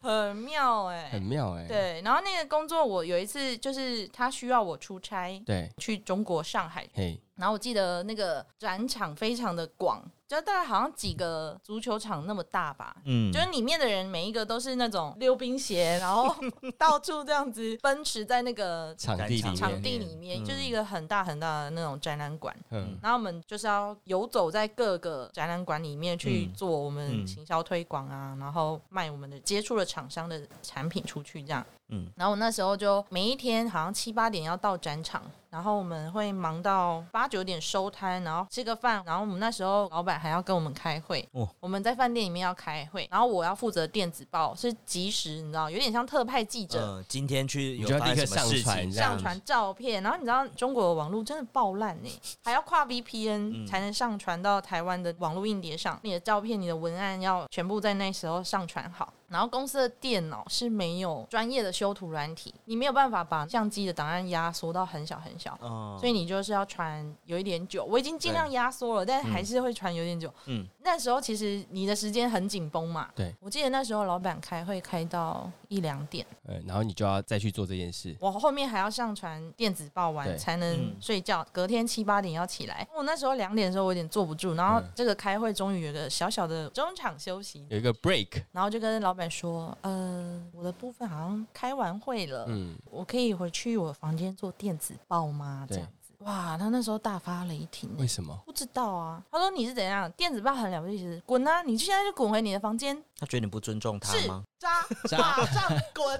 [SPEAKER 2] 很妙哎、
[SPEAKER 1] 很妙哎、
[SPEAKER 2] 对，然后那个工作我有一次就是他需要我出差
[SPEAKER 1] 对，
[SPEAKER 2] 去中国上海，
[SPEAKER 1] 嘿，
[SPEAKER 2] 然后我记得那个展场非常的广，就大概好像几个足球场那么大吧。
[SPEAKER 3] 嗯
[SPEAKER 2] 就是里面的人每一个都是那种溜冰鞋，然后到处这样子奔驰在那个
[SPEAKER 1] 场地里面，
[SPEAKER 2] 场地里面，
[SPEAKER 3] 嗯
[SPEAKER 2] 就是一个很大很大的那种展览馆。
[SPEAKER 1] 嗯，
[SPEAKER 2] 然后我们就是要游走在各个展览馆里面去
[SPEAKER 3] 嗯
[SPEAKER 2] 做我们
[SPEAKER 3] 嗯
[SPEAKER 2] 行销推广啊，然后卖我们的接触的厂商的产品出去这样。
[SPEAKER 3] 嗯
[SPEAKER 2] 然后我那时候就每一天好像七八点要到展场，然后我们会忙到八九点收摊，然后吃个饭，然后我们那时候老板还要跟我们开会。
[SPEAKER 3] 哦
[SPEAKER 2] 我们在饭店里面要开会，然后我要负责电子报，是及时，你知道，有点像特派记者。
[SPEAKER 3] 呃，今天去
[SPEAKER 1] 你
[SPEAKER 3] 有
[SPEAKER 1] 就要
[SPEAKER 3] 发
[SPEAKER 1] 立刻
[SPEAKER 3] 生什么事
[SPEAKER 1] 上传
[SPEAKER 3] 情？
[SPEAKER 1] 这样
[SPEAKER 2] 上传照片，然后你知道中国的网络真的爆烂呢、还要跨 VPN
[SPEAKER 3] 嗯
[SPEAKER 2] 才能上传到台湾的网络硬碟上。你的照片、你的文案要全部在那时候上传好。然后公司的电脑是没有专业的修图软体，你没有办法把相机的档案压缩到很小很小。
[SPEAKER 3] 哦
[SPEAKER 2] 所以你就是要传有一点久，我已经尽量压缩了，但还是会传有点久。
[SPEAKER 3] 嗯
[SPEAKER 2] 那时候其实你的时间很紧绷嘛，
[SPEAKER 1] 对，
[SPEAKER 2] 我记得那时候老板开会开到一两点。
[SPEAKER 1] 呃，然后你就要再去做这件事，
[SPEAKER 2] 我后面还要上传电子报完
[SPEAKER 1] 对
[SPEAKER 2] 才能
[SPEAKER 3] 嗯
[SPEAKER 2] 睡觉，隔天七八点要起来。我那时候两点的时候我有点坐不住，然后
[SPEAKER 1] 嗯
[SPEAKER 2] 这个开会终于有个小小的中场休息，
[SPEAKER 1] 有一个 break，
[SPEAKER 2] 然后就跟老板说，呃，我的部分好像开完会了，
[SPEAKER 1] 嗯，
[SPEAKER 2] 我可以回去我房间做电子报吗？这
[SPEAKER 1] 对
[SPEAKER 2] 样子，哇，他那时候大发雷霆欸、
[SPEAKER 1] 为什么？
[SPEAKER 2] 不知道啊，他说你是怎样电子报很了不起，是滚啊！你现在就滚回你的房间，
[SPEAKER 3] 他觉得你不尊重他
[SPEAKER 2] 是
[SPEAKER 3] 吗？
[SPEAKER 2] 渣，
[SPEAKER 1] 渣
[SPEAKER 2] 马上滚，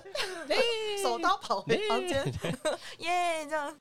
[SPEAKER 1] 哎
[SPEAKER 2] 手刀跑回房间， 耶，这样，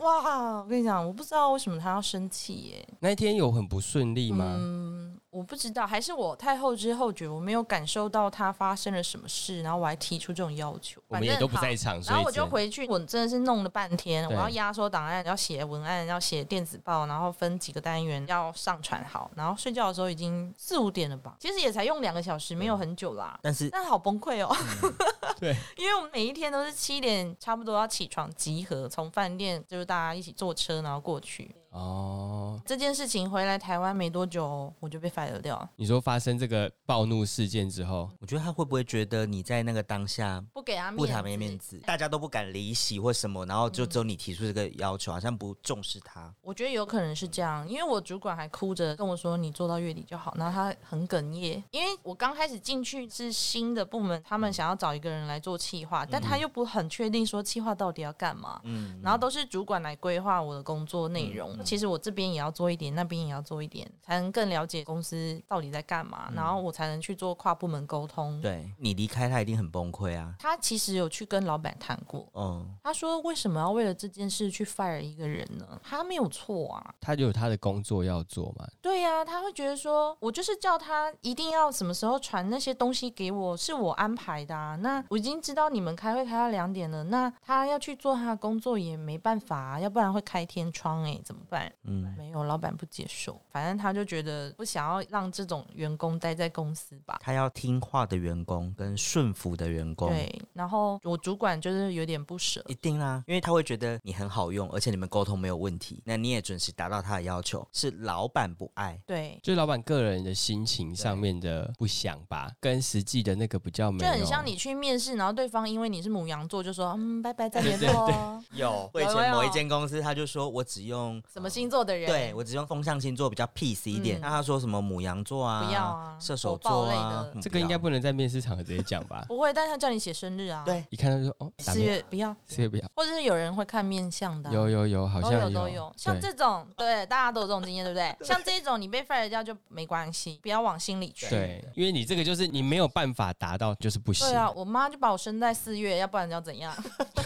[SPEAKER 2] 哇，我跟你讲，我不知道为什么他要生气耶，
[SPEAKER 1] 那一天有很不顺利吗？
[SPEAKER 2] 嗯，我不知道，还是我太后知后觉，我没有感受到他发生了什么事，然后我还提出这种要求，
[SPEAKER 1] 我们也
[SPEAKER 2] 反正
[SPEAKER 1] 都不
[SPEAKER 2] 好
[SPEAKER 1] 在场，所
[SPEAKER 2] 然
[SPEAKER 1] 以
[SPEAKER 2] 后我就
[SPEAKER 1] 只能
[SPEAKER 2] 回去，我真的是弄了半天，我
[SPEAKER 1] 对
[SPEAKER 2] 要压缩档案，要写文案，要写电子报，然后分几个单元要上传好，然后睡觉的时候已经四五点了吧，其实也才用两个小时，没有很久啦。
[SPEAKER 3] 但是
[SPEAKER 2] 但好崩溃哦，
[SPEAKER 3] 嗯
[SPEAKER 1] 对，
[SPEAKER 2] 因为我们每一天都是七点差不多要起床集合，从饭店就是大家一起坐车然后过去。
[SPEAKER 1] 哦，
[SPEAKER 2] 这件事情回来台湾没多久，我就被 fire 掉了，
[SPEAKER 1] 你说发生这个暴怒事件之后，
[SPEAKER 3] 我觉得他会不会觉得你在那个当下
[SPEAKER 2] 不给他
[SPEAKER 3] 不给他们面
[SPEAKER 2] 面子。嗯
[SPEAKER 3] 子，大家都不敢离席或什么，然后就只有你提出这个要求，好像不重视他。
[SPEAKER 2] 我觉得有可能是这样，因为我主管还哭着跟我说：“你做到月底就好。”然后他很哽咽，因为我刚开始进去是新的部门，他们想要找一个人来做企划，但他又不很确定说企划到底要干嘛。
[SPEAKER 3] 嗯，
[SPEAKER 2] 然后都是主管来规划我的工作内容。
[SPEAKER 3] 嗯嗯
[SPEAKER 2] 其实我这边也要做一点，那边也要做一点，才能更了解公司到底在干嘛，然后我才能去做跨部门沟通。
[SPEAKER 3] 嗯对你离开他一定很崩溃啊。
[SPEAKER 2] 他其实有去跟老板谈过，
[SPEAKER 3] 嗯，
[SPEAKER 2] 他说为什么要为了这件事去 fire 一个人呢？他没有错啊，
[SPEAKER 1] 他就有他的工作要做嘛，
[SPEAKER 2] 对呀、他会觉得说，我就是叫他一定要什么时候传那些东西给我，是我安排的啊。那我已经知道你们开会开到两点了，那他要去做他的工作也没办法、啊，要不然会开天窗哎、怎么办？
[SPEAKER 3] 嗯
[SPEAKER 2] 没有，老板不接受，反正他就觉得不想要让这种员工待在公司吧。
[SPEAKER 3] 他要听话的员工跟顺服的员工，，
[SPEAKER 2] 对，然后我主管就是有点不舍，
[SPEAKER 3] 一定啦，因为他会觉得你很好用，而且你们沟通没有问题，那你也准时达到他的要求，是老板不爱。
[SPEAKER 2] 对，
[SPEAKER 1] 就是老板个人的心情上面的不想吧，跟实际的那个比较没
[SPEAKER 2] 就
[SPEAKER 1] 有，
[SPEAKER 2] 很像你去面试，然后对方因为你是母羊座，就说嗯，拜拜，再联络哦。
[SPEAKER 3] 有，我以
[SPEAKER 2] 有没
[SPEAKER 3] 前
[SPEAKER 2] 有
[SPEAKER 3] 某一间公司，他就说我只用
[SPEAKER 2] 什么星座的人？
[SPEAKER 3] 对我只用风象星座比较 peace 一点。
[SPEAKER 2] 嗯
[SPEAKER 3] 那他说什么母羊座啊，
[SPEAKER 2] 不要啊
[SPEAKER 3] 射手
[SPEAKER 2] 火爆
[SPEAKER 3] 座
[SPEAKER 2] 类
[SPEAKER 3] 啊
[SPEAKER 2] 的，？
[SPEAKER 3] 嗯
[SPEAKER 1] 这个应该
[SPEAKER 3] 要
[SPEAKER 1] 不能在面试场合直接讲吧
[SPEAKER 2] 不会，但是他叫你写生日啊。
[SPEAKER 3] 对。
[SPEAKER 1] 一看到就说哦，打
[SPEAKER 2] 四
[SPEAKER 1] 面
[SPEAKER 2] 月不要，
[SPEAKER 1] 四月不要，
[SPEAKER 2] 或者是有人会看面相的啊、
[SPEAKER 1] 有有有，好像
[SPEAKER 2] 都有都有，像
[SPEAKER 1] 对
[SPEAKER 2] 这种对大家都有这种经验，对不对？像这种你被 fire 掉就没关系，不要往心里去。
[SPEAKER 1] 对，因为你这个就是你没有办法达到，就是不行
[SPEAKER 2] 对。啊，我妈就把我生在四月，要不然要怎样？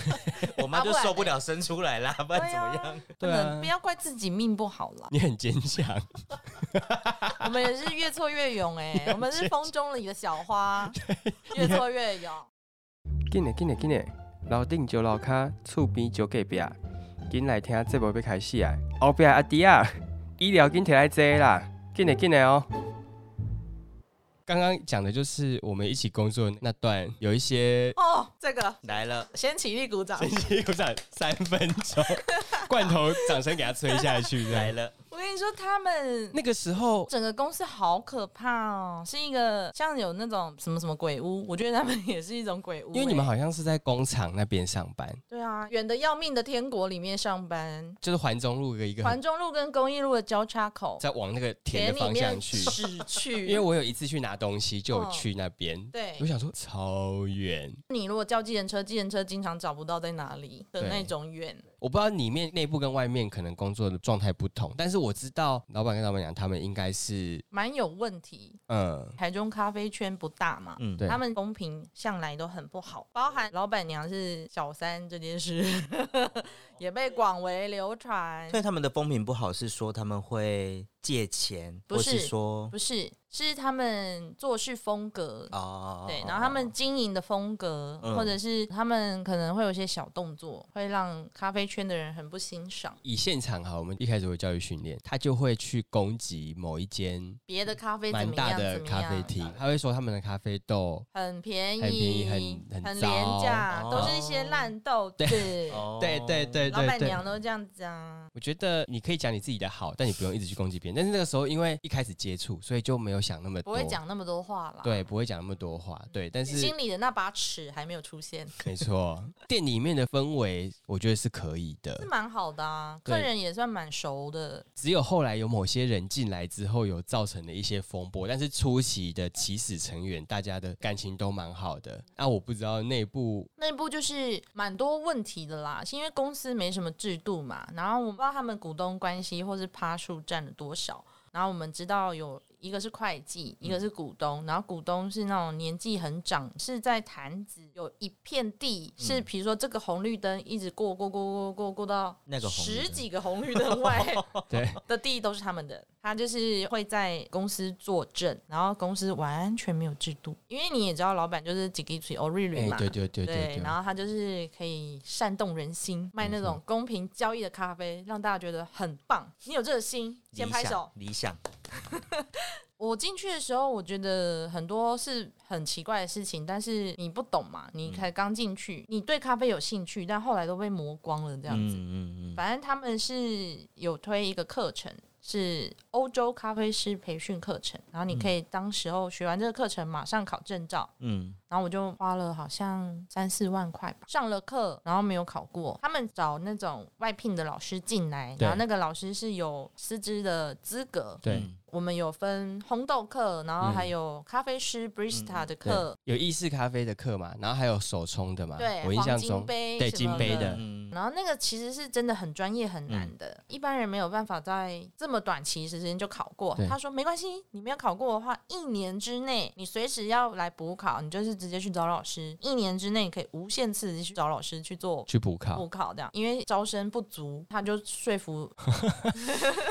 [SPEAKER 3] 我妈
[SPEAKER 2] 啊
[SPEAKER 3] 就
[SPEAKER 2] 不然
[SPEAKER 3] 受
[SPEAKER 2] 嘞
[SPEAKER 3] 不了生出来啦，不然
[SPEAKER 2] 对
[SPEAKER 3] 怎
[SPEAKER 2] 啊
[SPEAKER 3] 么样？
[SPEAKER 2] 不
[SPEAKER 1] 对啊
[SPEAKER 2] 能不要怪自己命不好 啦。
[SPEAKER 1] 你很坚强，
[SPEAKER 2] 我们也是越挫越勇 哎、我们是风中里的小花，越挫越勇。
[SPEAKER 4] 紧嘞紧嘞紧嘞，楼顶就楼骹，厝边就隔壁，紧来听节目要开始啊！后壁的阿弟啊，医疗紧摕来坐啦，紧嘞紧嘞哦。
[SPEAKER 1] 刚刚讲的就是我们一起工作那段，有一 些。
[SPEAKER 2] 哦，这个
[SPEAKER 3] 来了，
[SPEAKER 2] 先起立鼓掌
[SPEAKER 1] 辛苦上三分 钟，罐头掌声给他吹下去，这样
[SPEAKER 3] 来了，
[SPEAKER 2] 我跟你说，他们
[SPEAKER 1] 那个时候
[SPEAKER 2] 整个公司好可怕哦，是一个像有那种什么什么鬼屋，我觉得他们也是一种鬼屋欸、
[SPEAKER 1] 因为你们好像是在工厂那边上班，
[SPEAKER 2] 对啊，远的要命的天国里面上班，
[SPEAKER 1] 就是环中路的一个很
[SPEAKER 2] 环中路跟公益路的交叉口，
[SPEAKER 1] 在往那个田的
[SPEAKER 2] 里
[SPEAKER 1] 方向
[SPEAKER 2] 面
[SPEAKER 1] 去。
[SPEAKER 2] 驶去。
[SPEAKER 1] 因为我有一次去拿东西，就有
[SPEAKER 2] 嗯
[SPEAKER 1] 去那边。
[SPEAKER 2] 对
[SPEAKER 1] 我想说超远，
[SPEAKER 2] 你如果叫计程车，计程车经常找不到在哪里的
[SPEAKER 1] 对
[SPEAKER 2] 那种远。
[SPEAKER 1] 我不知道里面内部跟外面可能工作的状态不同，但是我知道老板跟老板娘他们应该是，
[SPEAKER 2] 蛮有问题。
[SPEAKER 1] 嗯，
[SPEAKER 2] 台中咖啡圈不大嘛，
[SPEAKER 3] 嗯，
[SPEAKER 1] 对
[SPEAKER 2] 他们风评向来都很不好，包含老板娘是小三这件事 也被广为流传
[SPEAKER 3] 所。以他们的风评不好是说他们会借钱，
[SPEAKER 2] 不
[SPEAKER 3] 或
[SPEAKER 2] 是
[SPEAKER 3] 是说
[SPEAKER 2] 不是，是他们做事风格。
[SPEAKER 3] 哦，
[SPEAKER 2] 对，然后他们经营的风格，
[SPEAKER 3] 嗯
[SPEAKER 2] 或者是他们可能会有一些小动作，会让咖啡圈的人很不欣赏。
[SPEAKER 1] 以现场哈，我们一开始有教育训练，他就会去攻击某一间
[SPEAKER 2] 别的咖啡怎
[SPEAKER 1] 蛮
[SPEAKER 2] 么
[SPEAKER 1] 大
[SPEAKER 2] 样？
[SPEAKER 1] 的
[SPEAKER 2] 怎么
[SPEAKER 1] 咖啡
[SPEAKER 2] 样？
[SPEAKER 1] 厅，他会说他们的咖啡豆
[SPEAKER 2] 很便
[SPEAKER 1] 很便宜
[SPEAKER 2] 宜，
[SPEAKER 1] 很很
[SPEAKER 2] 廉
[SPEAKER 1] 糟
[SPEAKER 2] 价，
[SPEAKER 3] 哦
[SPEAKER 2] 都是一些烂豆子。
[SPEAKER 3] 哦
[SPEAKER 1] 对对对
[SPEAKER 2] 老
[SPEAKER 1] 对
[SPEAKER 2] 板
[SPEAKER 1] 对
[SPEAKER 2] 娘，都这样子啊。
[SPEAKER 1] 我觉得你可以讲你自己的好，但你不用一直去攻击别人。但是那个时候因为一开始接触，所以就没有想那么
[SPEAKER 2] 不
[SPEAKER 1] 多，
[SPEAKER 2] 会讲那么多话啦。，
[SPEAKER 1] 哦对，不会讲那么多话，对。但是
[SPEAKER 2] 心里的那把尺还没有出现，
[SPEAKER 1] 没错，店里面的氛围我觉得是可以
[SPEAKER 2] 是
[SPEAKER 1] 的，
[SPEAKER 2] 蛮好的啊，
[SPEAKER 1] 对
[SPEAKER 2] 客人也算蛮熟的。
[SPEAKER 1] 只有后来有某些人进来之后有造成的一些风波，但是初期的起始成员大家的感情都蛮好的。那、我不知道内部
[SPEAKER 2] 内部就是蛮多问题的啦，是因为公司没什么制度嘛，然后我不知道他们股东关系或是趴数占了多少，然后我们知道有一个是会计，一个是股东，然后股东是那种年纪很长，是在坛子有一片地，是
[SPEAKER 3] 嗯
[SPEAKER 2] 比如说这个红绿灯一直过过过过过过到
[SPEAKER 3] 那个红绿灯
[SPEAKER 2] 十几个红绿灯 外，
[SPEAKER 1] 对
[SPEAKER 2] 的地都是他们的，他就是会在公司作证，然后公司完全没有制度，因为你也知道，老板就是几个嘴 o r
[SPEAKER 1] 哎、
[SPEAKER 2] 嘛，
[SPEAKER 1] 对对对对对，
[SPEAKER 2] 然后他就是可以煽动人心，卖那种公平交易的咖啡，让大家觉得很棒。你有这个心，先拍手。
[SPEAKER 3] 理想，理
[SPEAKER 2] 我进去的时候，我觉得很多是很奇怪的事情，但是你不懂嘛，你才刚进去，你对咖啡有兴趣，但后来都被磨光了这
[SPEAKER 3] 想，
[SPEAKER 2] 样子。
[SPEAKER 3] 嗯嗯嗯，
[SPEAKER 2] 反正他们是有推一个课程，是欧洲咖啡师培训课程，然后你可以当时候学完这个课程，马上考证照。
[SPEAKER 3] 嗯，
[SPEAKER 2] 然后我就花了好像三四万块吧，上了课，然后没有考过。他们找那种外聘的老师进来，
[SPEAKER 1] 对
[SPEAKER 2] 然后那个老师是有师资的资格。
[SPEAKER 1] 对。
[SPEAKER 3] 嗯
[SPEAKER 2] 我们有分烘豆课，然后还有咖啡师 barista 的
[SPEAKER 1] 嗯对
[SPEAKER 2] 课，，
[SPEAKER 1] 有意式咖啡的课嘛，然后还有手冲的嘛。
[SPEAKER 2] 对，
[SPEAKER 1] 我印象
[SPEAKER 2] 黄
[SPEAKER 1] 中
[SPEAKER 2] 金，杯
[SPEAKER 1] 对
[SPEAKER 2] 什
[SPEAKER 1] 金
[SPEAKER 2] 么
[SPEAKER 1] 杯的
[SPEAKER 3] 嗯，
[SPEAKER 2] 然后那个其实是真的很专业很难的，
[SPEAKER 1] 嗯
[SPEAKER 2] 一般人没有办法在这么短期时间就考过
[SPEAKER 1] 对。
[SPEAKER 2] 他说没关系，你没有考过的话，一年之内你随时要来补考，你就是直接去找老师，一年之内你可以无限次地去找老师去做。
[SPEAKER 1] 去补考
[SPEAKER 2] 补，考这样，因为招生不足，他就说服，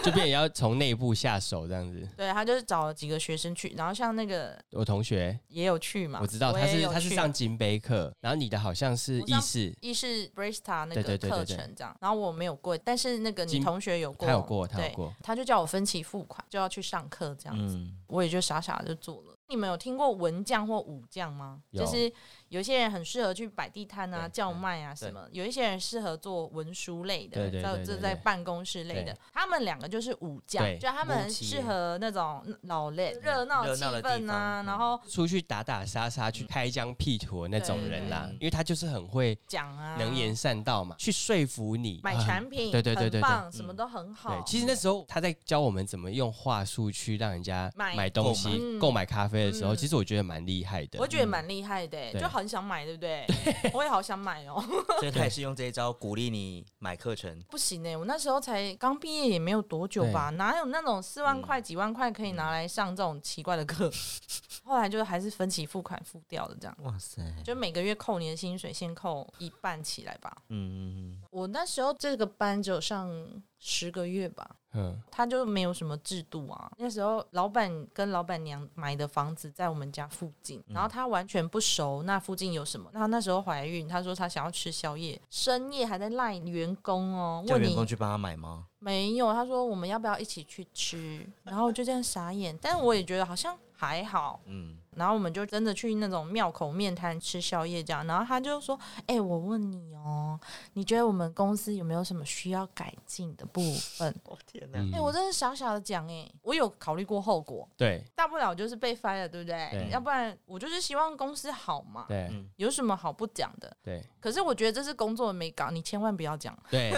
[SPEAKER 1] 这边也要从内部下手这样 子。
[SPEAKER 2] 对他就是找了几个学生去，然后像那个
[SPEAKER 1] 我同学
[SPEAKER 2] 也有去嘛，
[SPEAKER 1] 我知道他
[SPEAKER 2] 啊也
[SPEAKER 1] 是
[SPEAKER 2] 有
[SPEAKER 1] 他是
[SPEAKER 2] 去
[SPEAKER 1] 上金杯课，然后你的好像是
[SPEAKER 2] 我
[SPEAKER 1] 意
[SPEAKER 2] 上
[SPEAKER 1] 式，
[SPEAKER 2] 意式 barista 那
[SPEAKER 1] 对对
[SPEAKER 2] 个
[SPEAKER 1] 对对
[SPEAKER 2] 课
[SPEAKER 1] 对
[SPEAKER 2] 程这样，然后我没有过，但是那个你
[SPEAKER 1] 金
[SPEAKER 2] 同学有过，
[SPEAKER 1] 他有过他有
[SPEAKER 2] 对
[SPEAKER 1] 过，
[SPEAKER 2] 他就叫我分期付款，就要去上课这样子，
[SPEAKER 3] 嗯，
[SPEAKER 2] 我也就傻傻地就做了。你们有听过文匠或武匠吗？
[SPEAKER 1] 有
[SPEAKER 2] 就是有些人很适合去摆地摊啊、
[SPEAKER 3] 对
[SPEAKER 2] 叫卖啊
[SPEAKER 3] 对
[SPEAKER 2] 什么，有一些人适合做文书类的，
[SPEAKER 1] 对对
[SPEAKER 2] 在
[SPEAKER 1] 对
[SPEAKER 2] 这
[SPEAKER 1] 对
[SPEAKER 2] 在
[SPEAKER 1] 对
[SPEAKER 2] 办公室类的
[SPEAKER 1] 对，
[SPEAKER 2] 他们两个就是武匠
[SPEAKER 1] 对，
[SPEAKER 2] 就他们
[SPEAKER 3] 默
[SPEAKER 2] 很
[SPEAKER 3] 契
[SPEAKER 2] 适合那种老类热闹
[SPEAKER 3] 热
[SPEAKER 2] 气
[SPEAKER 3] 闹的地
[SPEAKER 2] 氛啊，
[SPEAKER 3] 方
[SPEAKER 2] 然
[SPEAKER 3] 嗯
[SPEAKER 2] 后
[SPEAKER 1] 出去打打杀杀
[SPEAKER 2] 嗯
[SPEAKER 1] 去开疆辟土的那种人啦
[SPEAKER 3] 对对，对
[SPEAKER 1] 因为他就是很会
[SPEAKER 2] 讲啊，
[SPEAKER 1] 能言善道嘛，去说服你
[SPEAKER 2] 买
[SPEAKER 1] 啊
[SPEAKER 2] 产品，哦
[SPEAKER 1] 对对对
[SPEAKER 2] 很
[SPEAKER 1] 对对
[SPEAKER 2] 棒，什么都很好
[SPEAKER 1] 对，。其实那时候他在教我们怎么用话术去让人家
[SPEAKER 2] 买
[SPEAKER 1] 买东西
[SPEAKER 3] 购、
[SPEAKER 2] 买
[SPEAKER 1] 购买咖啡的时候，
[SPEAKER 2] 嗯
[SPEAKER 1] 其实我觉得蛮厉害的
[SPEAKER 2] 我。觉得蛮厉害的欸、
[SPEAKER 1] 嗯对
[SPEAKER 2] 就很想买，对不对？我也好想买哦、
[SPEAKER 3] 所以他也是用这一招鼓励你买课程，
[SPEAKER 2] 不行哎、我那时候才刚毕业也没有多久吧，哪有那种四万块、
[SPEAKER 3] 嗯
[SPEAKER 2] 几万块可以拿来上这种奇怪的课？ 后来就还是分期付款付掉的，这样
[SPEAKER 3] 哇塞，
[SPEAKER 2] 就每个月扣你的薪水，先扣一半起来吧。
[SPEAKER 3] 嗯嗯
[SPEAKER 2] 我那时候这个班只有上十个月吧，
[SPEAKER 1] 嗯，
[SPEAKER 2] 他就没有什么制度啊。那时候老板跟老板娘买的房子在我们家附近，
[SPEAKER 3] 嗯
[SPEAKER 2] 然后他完全不熟那附近有什么。然后那时候怀孕，他说他想要吃宵夜，深夜还在赖员工哦，
[SPEAKER 3] 嗯，叫
[SPEAKER 2] 问
[SPEAKER 3] 员
[SPEAKER 2] 你
[SPEAKER 3] 工去帮他买吗？
[SPEAKER 2] 没有，他说我们要不要一起去 吃？然后我就这样傻眼，但我也觉得好像还好。
[SPEAKER 3] 嗯，
[SPEAKER 2] 然后我们就真的去那种庙口面摊吃宵夜这样。然后他就说：“哎、我问你哦，你觉得我们公司有没有什么需要改进的部分
[SPEAKER 3] 我、天哪，
[SPEAKER 1] 嗯
[SPEAKER 2] 哎、我真的傻傻的讲，哎，我有考虑过后果，
[SPEAKER 1] 对
[SPEAKER 2] 大不了就是被 fire，对不对？
[SPEAKER 1] 对
[SPEAKER 2] 要不然我就是希望公司好嘛，
[SPEAKER 1] 对
[SPEAKER 3] 嗯，
[SPEAKER 2] 有什么好不讲的？
[SPEAKER 1] 对
[SPEAKER 2] 可是我觉得这是工作的美感，你千万不要讲。
[SPEAKER 1] 对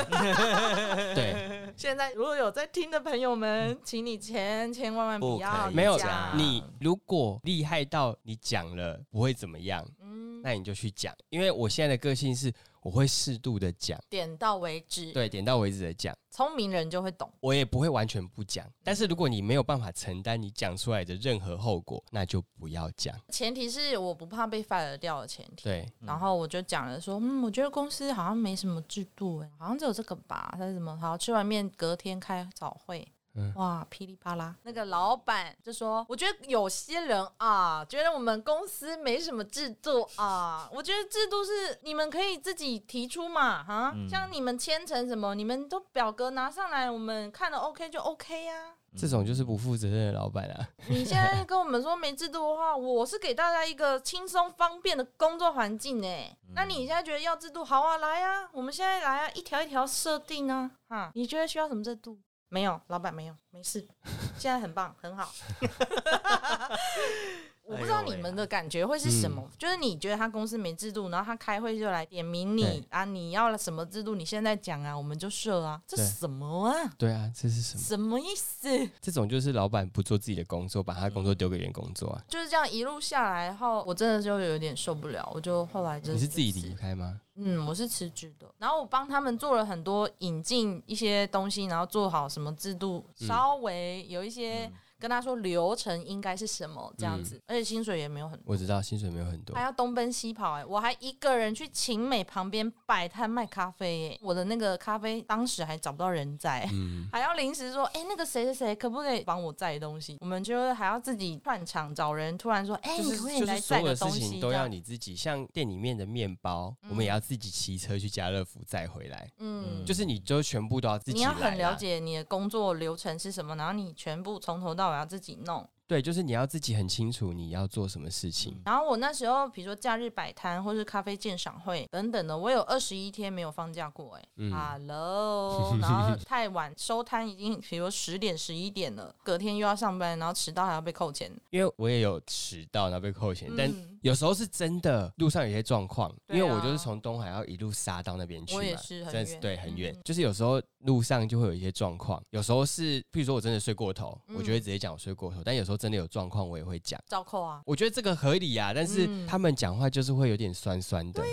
[SPEAKER 1] 对，
[SPEAKER 2] 现在如果有在听的朋友们，请你千千万万
[SPEAKER 3] 不
[SPEAKER 2] 要
[SPEAKER 3] 可以
[SPEAKER 1] 嗯没有
[SPEAKER 2] 讲
[SPEAKER 1] 你如果厉害到你讲了不会怎么样，
[SPEAKER 2] 嗯，
[SPEAKER 1] 那你就去讲，因为我现在的个性是我会适度的讲，
[SPEAKER 2] 点到为止，
[SPEAKER 1] 对，点到为止的讲。
[SPEAKER 2] 聪明人就会懂。
[SPEAKER 1] 我也不会完全不讲，但是如果你没有办法承担你讲出来的任何后果，那就不要讲。
[SPEAKER 2] 前提是我不怕被 fire 掉的前提。
[SPEAKER 1] 对，
[SPEAKER 2] 然后我就讲了说，嗯，我觉得公司好像没什么制度、欸，好像只有这个吧，他是什么？好，吃完面隔天开早会。
[SPEAKER 1] 嗯
[SPEAKER 2] 哇，噼里啪啦！那个老板就说：“我觉得有些人啊，觉得我们公司没什么制度啊。我觉得制度是你们可以自己提出嘛，哈、
[SPEAKER 3] 嗯
[SPEAKER 2] 像你们签成什么，你们都表格拿上来，我们看了 OK 就 OK 呀、
[SPEAKER 1] 这种就是不负责任的老板啊。
[SPEAKER 2] 你现在跟我们说没制度的话，我是给大家一个轻松方便的工作环境诶、那
[SPEAKER 1] 嗯
[SPEAKER 2] 你现在觉得要制度好啊，来啊，我们现在来啊，一条一条设定啊，哈，你觉得需要什么制度？没有，老板没有，没事，现在很棒，很好。 我不知道
[SPEAKER 1] 哎
[SPEAKER 2] 你
[SPEAKER 1] 啊
[SPEAKER 2] 们的感觉会是什么，
[SPEAKER 1] 嗯
[SPEAKER 2] 就是你觉得他公司没制度，然后他开会就来点名你
[SPEAKER 1] 对
[SPEAKER 2] 啊，你要了什么制度？你现在讲啊，我们就设啊，这
[SPEAKER 1] 对
[SPEAKER 2] 什么啊？
[SPEAKER 1] 对啊，这是什么？
[SPEAKER 2] 什么意思？
[SPEAKER 1] 这种就是老板不做自己的工作，把他的工作丢给员工做啊。
[SPEAKER 2] 就是这样一路下来后，我真的就有点受不了，我就后来就
[SPEAKER 1] 你是自己
[SPEAKER 2] 辞
[SPEAKER 1] 离开吗？
[SPEAKER 2] 嗯，我是辞职的。然后我帮他们做了很多引进一些东西，然后做好什么制度，
[SPEAKER 1] 嗯
[SPEAKER 2] 稍微有一些跟他说流程应该是什么这样
[SPEAKER 1] 嗯
[SPEAKER 2] 子，而且薪水也没有很多。
[SPEAKER 1] 我知道薪水没有很多
[SPEAKER 2] 还，要东奔西跑哎、我还一个人去晴美旁边摆摊卖咖啡、欸，我的那个咖啡当时还找不到人在、
[SPEAKER 1] 嗯，
[SPEAKER 2] 还要临时说，哎、那个谁谁谁可不可以帮我载东西？我们就是还要自己串场找人，突然说，哎、
[SPEAKER 1] 就
[SPEAKER 2] 你
[SPEAKER 1] 是
[SPEAKER 2] 可不可以
[SPEAKER 1] 就
[SPEAKER 2] 来
[SPEAKER 1] 是所
[SPEAKER 2] 载
[SPEAKER 1] 有
[SPEAKER 2] 个
[SPEAKER 1] 的
[SPEAKER 2] 东
[SPEAKER 1] 事
[SPEAKER 2] 西？
[SPEAKER 1] 情
[SPEAKER 2] 这
[SPEAKER 1] 都要
[SPEAKER 2] 样，
[SPEAKER 1] 你自己，像店里面的面包，我们也要自己骑车去家乐福再回来，
[SPEAKER 2] 嗯，
[SPEAKER 1] 就是你就全部都要自己
[SPEAKER 2] 你
[SPEAKER 1] 来
[SPEAKER 2] 要
[SPEAKER 1] 啊。
[SPEAKER 2] 很了解你的工作流程是什么，然后你全部从头到尾要自己弄。
[SPEAKER 1] 对，就是你要自己很清楚你要做什么事情。
[SPEAKER 3] 嗯
[SPEAKER 2] 然后我那时候，比如说假日摆摊或是咖啡鉴赏会等等的，我有二十一天没有放假过、哎、
[SPEAKER 1] 嗯
[SPEAKER 2] h e l l o 然后太晚 收摊已经，比如十点十一点了，隔天又要上班，然后迟到还要被扣钱，
[SPEAKER 1] 因为我也有迟到，然后被扣钱，但
[SPEAKER 2] 嗯
[SPEAKER 1] 有时候是真的路上有些状况，
[SPEAKER 2] 对啊
[SPEAKER 1] 因为我就是从东海要一路杀到那边去嘛，
[SPEAKER 2] 我也是很
[SPEAKER 1] 真的是
[SPEAKER 2] 远
[SPEAKER 1] 对很远
[SPEAKER 2] 嗯，
[SPEAKER 1] 就是有时候路上就会有一些状况，有时候是，譬如说我真的睡过头，
[SPEAKER 2] 嗯
[SPEAKER 1] 我就会直接讲我睡过头，但有时候真的有状况，我也会讲。
[SPEAKER 2] 照扣啊。
[SPEAKER 1] 我觉得这个合理啊，但是
[SPEAKER 2] 嗯
[SPEAKER 1] 他们讲话就是会有点酸酸的，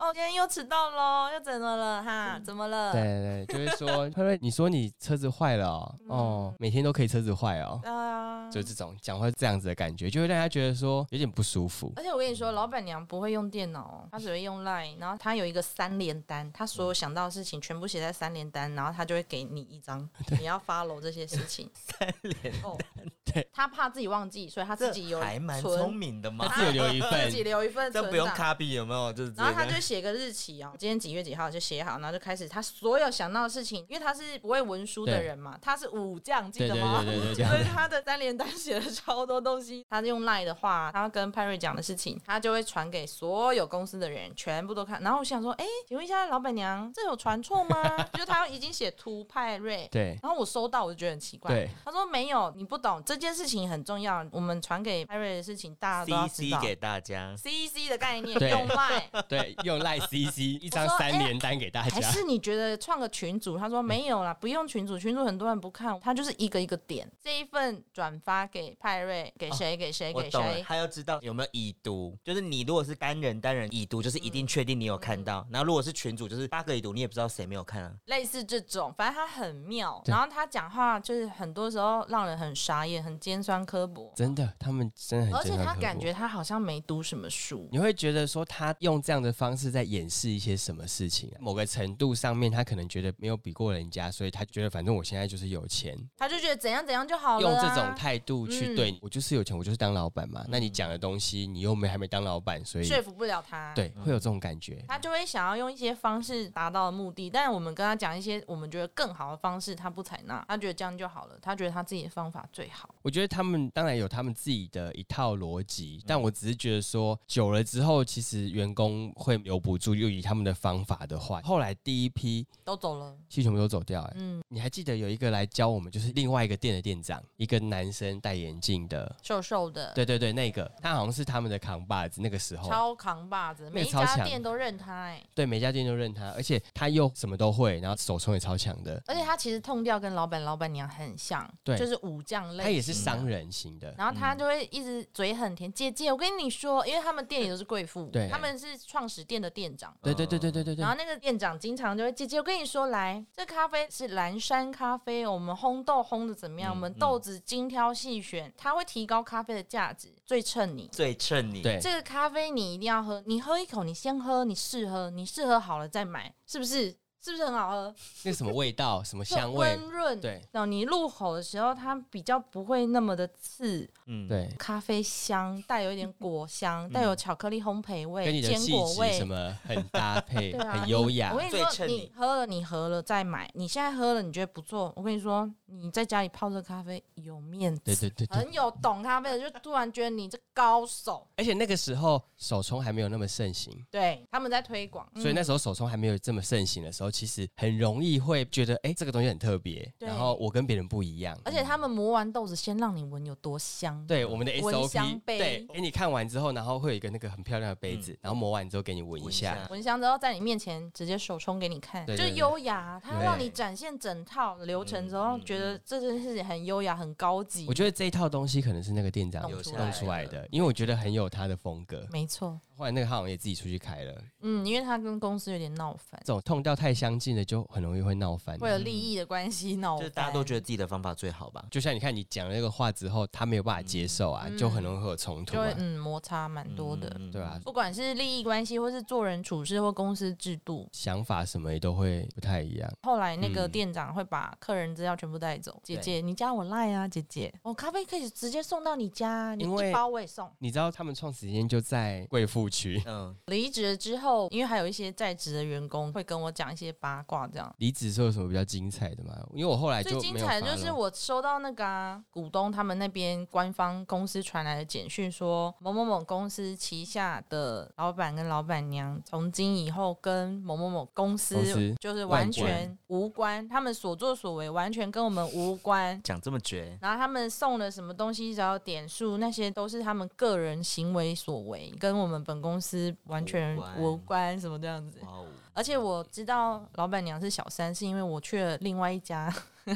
[SPEAKER 2] 哦，今天又迟到喽，又怎么了
[SPEAKER 3] 嗯
[SPEAKER 2] 哈？怎么了？
[SPEAKER 1] 对对对，就会说，他说你说你车子坏了哦，哦每天都可以车子坏哦，
[SPEAKER 2] 嗯啊，
[SPEAKER 1] 就这种讲话这样子的感觉，就会让他觉得说有点不舒服。
[SPEAKER 2] 而且我跟你说，老板娘不会用电脑哦，她只会用 Line，然后她有一个三连单，她
[SPEAKER 3] 嗯
[SPEAKER 2] 所有想到的事情全部写在三连单，然后她就会给你一 张，你要 follow 这些事情。三连哦，
[SPEAKER 1] 对，
[SPEAKER 2] 她怕自己忘记，所以她自己有
[SPEAKER 3] 这还蛮
[SPEAKER 2] 存
[SPEAKER 3] 聪明的嘛，
[SPEAKER 1] 自己留一份
[SPEAKER 2] 嗯自，己留一份
[SPEAKER 3] 这
[SPEAKER 2] 存
[SPEAKER 3] 不用
[SPEAKER 2] 档。
[SPEAKER 3] 卡比有没有？就是直接
[SPEAKER 2] 然后她
[SPEAKER 3] 这
[SPEAKER 2] 就
[SPEAKER 3] 样
[SPEAKER 2] 写个日期哦，今天几月几号就写好，然后就开始她所有想到的事情，因为她是不会文书的
[SPEAKER 1] 对
[SPEAKER 2] 人嘛，她是武将，记
[SPEAKER 1] 对
[SPEAKER 2] 得
[SPEAKER 1] 对
[SPEAKER 2] 吗？
[SPEAKER 1] 对对对，这样
[SPEAKER 2] 所以他的三连单写了超多东西，他用赖的话，他要跟派瑞讲的事情，他就会传给所有公司的人，全部都看。然后我想说，哎、请问一下老板娘，这有传错吗？ 就是他已经写图派瑞，
[SPEAKER 1] 对
[SPEAKER 2] 然后我收到我就觉得很奇怪
[SPEAKER 1] 对。
[SPEAKER 2] 他说没有，你不懂，这件事情很重要，我们传给派瑞的事情大家都要知道
[SPEAKER 3] CC。给大家，
[SPEAKER 2] C C 的概念
[SPEAKER 1] 对
[SPEAKER 2] 用赖，
[SPEAKER 1] 对，用赖 CC 一张
[SPEAKER 2] 我说
[SPEAKER 1] 三
[SPEAKER 2] 哎
[SPEAKER 1] 连单给大
[SPEAKER 2] 还
[SPEAKER 1] 家。
[SPEAKER 2] 是你觉得创个群组？他说
[SPEAKER 1] 嗯
[SPEAKER 2] 没有啦，不用群组，群组很多人不看，他就是一个一个点。这一份转发给派瑞，
[SPEAKER 1] 哦
[SPEAKER 2] 给谁、给谁
[SPEAKER 3] 我
[SPEAKER 2] 给
[SPEAKER 3] 懂了，
[SPEAKER 2] 谁，
[SPEAKER 3] 他要知道有没有已读，就是你如果是单人单人已读，就是一定
[SPEAKER 2] 嗯
[SPEAKER 3] 确定你有看到。然后如果是群主，就是八个已读，你也不知道谁没有看啊。
[SPEAKER 2] 类似这种，反正他很妙。然后他讲话就是很多时候让人很傻眼，很尖酸刻薄，
[SPEAKER 1] 真的，他们真的很
[SPEAKER 2] 而
[SPEAKER 1] 尖
[SPEAKER 2] 且
[SPEAKER 1] 酸
[SPEAKER 2] 他
[SPEAKER 1] 刻
[SPEAKER 2] 感
[SPEAKER 1] 薄
[SPEAKER 2] 觉他好像没读什么书，
[SPEAKER 1] 你会觉得说他用这样的方式在掩饰一些什么事情、啊某个程度上面，他可能觉得没有比过人家，所以他觉得反正我现在就是有钱，
[SPEAKER 2] 他就觉得怎样怎样就好了、
[SPEAKER 1] 用
[SPEAKER 2] 啊。
[SPEAKER 1] 这种态度去
[SPEAKER 2] 嗯
[SPEAKER 1] 对、我就是有钱，我就是当老板嘛。那你
[SPEAKER 3] 嗯
[SPEAKER 1] 讲的东西，你又没还没当老板，所以
[SPEAKER 2] 说服不了他，，
[SPEAKER 1] 对
[SPEAKER 3] 嗯
[SPEAKER 1] 会有这种感觉。
[SPEAKER 2] 他就会想要用一些方式达到的目的，但我们跟他讲一些我们觉得更好的方式，他不采纳，他觉得这样就好了，他觉得他自己的方法最好。
[SPEAKER 1] 我觉得他们当然有他们自己的一套逻辑，
[SPEAKER 2] 嗯
[SPEAKER 1] 但我只是觉得说久了之后，其实员工会留不住，又以他们的方法的话，后来第一批
[SPEAKER 2] 都走了，
[SPEAKER 1] 其实全部都走掉、欸。
[SPEAKER 2] 嗯，
[SPEAKER 1] 你还记得有一个来教我们，就是另外一个店的店长，一个男生戴眼镜的，
[SPEAKER 2] 瘦瘦的，
[SPEAKER 1] 对对对，那个他好像是他们的扛把子，那个时候，
[SPEAKER 2] 呃超扛把子，每一
[SPEAKER 1] 超
[SPEAKER 2] 家
[SPEAKER 1] 强嗯
[SPEAKER 2] 店都认他、哎，
[SPEAKER 1] 对每家店都认他，而且他又什么都会，然后手冲也超强的，
[SPEAKER 2] 而且他其实痛调跟老板、老板娘很像，
[SPEAKER 1] 对
[SPEAKER 2] 就是武将类，
[SPEAKER 1] 他也是嗯商。人型的，
[SPEAKER 2] 然后他就会一直嘴很甜，姐姐，我跟你说，因为他们店里都是贵妇，
[SPEAKER 1] 对
[SPEAKER 2] 他们是创始店的店长，
[SPEAKER 1] 对对对对对对对
[SPEAKER 2] 然后，那个店长经常就会，姐姐，我跟你说，来，这咖啡是蓝山咖啡，哦我们烘豆烘的怎么样？
[SPEAKER 3] 嗯
[SPEAKER 2] 我们豆子精挑细选，它会提高咖啡的价值，最衬你。
[SPEAKER 3] 最衬你。，
[SPEAKER 1] 对
[SPEAKER 2] 这个咖啡你一定要喝，你喝一口，你先喝，你试喝，你试喝好了再买，是不是？是不是很好喝？
[SPEAKER 1] 那什么味道，什么香味，
[SPEAKER 2] 温润。
[SPEAKER 1] 对
[SPEAKER 2] 然后你入口的时候，它比较不会那么的刺，
[SPEAKER 3] 嗯，
[SPEAKER 1] 对，
[SPEAKER 2] 咖啡香带有一点果香，带有巧克力烘
[SPEAKER 1] 嗯
[SPEAKER 2] 焙
[SPEAKER 1] 跟
[SPEAKER 2] 味、
[SPEAKER 1] 你的
[SPEAKER 2] 坚
[SPEAKER 1] 气
[SPEAKER 2] 果
[SPEAKER 1] 质
[SPEAKER 2] 味
[SPEAKER 1] 什。么很 搭配，
[SPEAKER 2] 对啊，
[SPEAKER 1] 很
[SPEAKER 2] 你
[SPEAKER 1] 优雅
[SPEAKER 2] 我。跟你
[SPEAKER 3] 最
[SPEAKER 2] 说，
[SPEAKER 3] 衬
[SPEAKER 2] 你
[SPEAKER 3] 你
[SPEAKER 2] 喝了，你喝了再买。你现在喝了，你觉得不错。我跟你说，你在家里泡这咖啡有面子，
[SPEAKER 1] 对对对对，
[SPEAKER 2] 很有懂咖啡的，就突然觉得你这高手。
[SPEAKER 1] 而且那个时候手冲还没有那么盛行，
[SPEAKER 2] 对，他们在推广，
[SPEAKER 1] 所以那
[SPEAKER 2] 嗯
[SPEAKER 1] 时候手冲还没有这么盛行的时候，其实很容易会觉得，哎、这个东西很特别，
[SPEAKER 2] 对
[SPEAKER 1] 然后我跟别人不一样。
[SPEAKER 2] 而且他们磨完豆子，先让你闻有多香。
[SPEAKER 1] 对我们的
[SPEAKER 2] 闻香
[SPEAKER 1] SOP，
[SPEAKER 2] 杯
[SPEAKER 1] 对，给你看完之后，然后会有一个那个很漂亮的杯子，然后磨完之后给你闻一下。
[SPEAKER 3] 闻一下
[SPEAKER 2] 闻香之后，在你面前直接手冲给你看，
[SPEAKER 1] 对对对
[SPEAKER 2] 就优雅。他让
[SPEAKER 1] 对
[SPEAKER 2] 你展现整套流程之后，
[SPEAKER 3] 嗯嗯
[SPEAKER 2] 觉得这件事情很优雅、很高级
[SPEAKER 1] 我。觉得这一套东西可能是那个店长
[SPEAKER 2] 弄
[SPEAKER 1] 弄出
[SPEAKER 2] 出
[SPEAKER 1] 来的，因为我觉得很有他的风格。
[SPEAKER 2] 没错，
[SPEAKER 1] 后来那个他好像也自己出去开了，
[SPEAKER 2] 嗯，因为他跟公司有点闹翻
[SPEAKER 3] 嗯
[SPEAKER 1] 这，种痛调太相近的就很容易会闹翻。
[SPEAKER 2] 为了利益的关系闹
[SPEAKER 3] 就
[SPEAKER 2] 翻。
[SPEAKER 3] 是大家都觉得自己的方法最好吧。
[SPEAKER 1] 就像你看，你讲了那个话之后，他没有办法接受啊，
[SPEAKER 2] 嗯
[SPEAKER 1] 就很容易会有冲突
[SPEAKER 2] 就会
[SPEAKER 1] 啊，
[SPEAKER 2] 嗯摩擦蛮多的，
[SPEAKER 3] 嗯
[SPEAKER 1] 对啊
[SPEAKER 2] 不管是利益关系，或是做人处事，或公司制度。
[SPEAKER 1] 想法什么也都会不太一样。
[SPEAKER 2] 后来那个
[SPEAKER 1] 嗯
[SPEAKER 2] 店长会把客人资料全部带走，姐
[SPEAKER 3] 对
[SPEAKER 2] 姐你加我赖啊，姐姐，我、咖啡可以直接送到你家，你
[SPEAKER 1] 因为
[SPEAKER 2] 一包我也送。
[SPEAKER 1] 你知道他们创始间就在贵妇区，
[SPEAKER 3] 嗯，
[SPEAKER 2] 离职了之后，因为还有一些在职的员工会跟我讲一些八卦，这样。
[SPEAKER 1] 离职是有什么比较精彩的吗？因为我后来
[SPEAKER 2] 最
[SPEAKER 1] 哎就
[SPEAKER 2] 精
[SPEAKER 1] 没有
[SPEAKER 2] 彩的就是
[SPEAKER 1] follow
[SPEAKER 2] 我收到那个、啊、股东他们那边官方公司传来的简讯说，某某某公司旗下的老板跟老板娘从今以后跟某某某
[SPEAKER 1] 公
[SPEAKER 2] 公司
[SPEAKER 1] 司
[SPEAKER 2] 就是完
[SPEAKER 1] 万
[SPEAKER 2] 全无关，他们所作所为完全跟我们无关。
[SPEAKER 3] 讲这么绝，
[SPEAKER 2] 然后他们送了什么东西，只要点数，那些都是他们个人行为所为，跟我们本公司完全
[SPEAKER 3] 无关
[SPEAKER 2] 无关，什么这样子。
[SPEAKER 3] 哇哦，
[SPEAKER 2] 而且我知道老板娘是小三，是因为我去了另外 一家，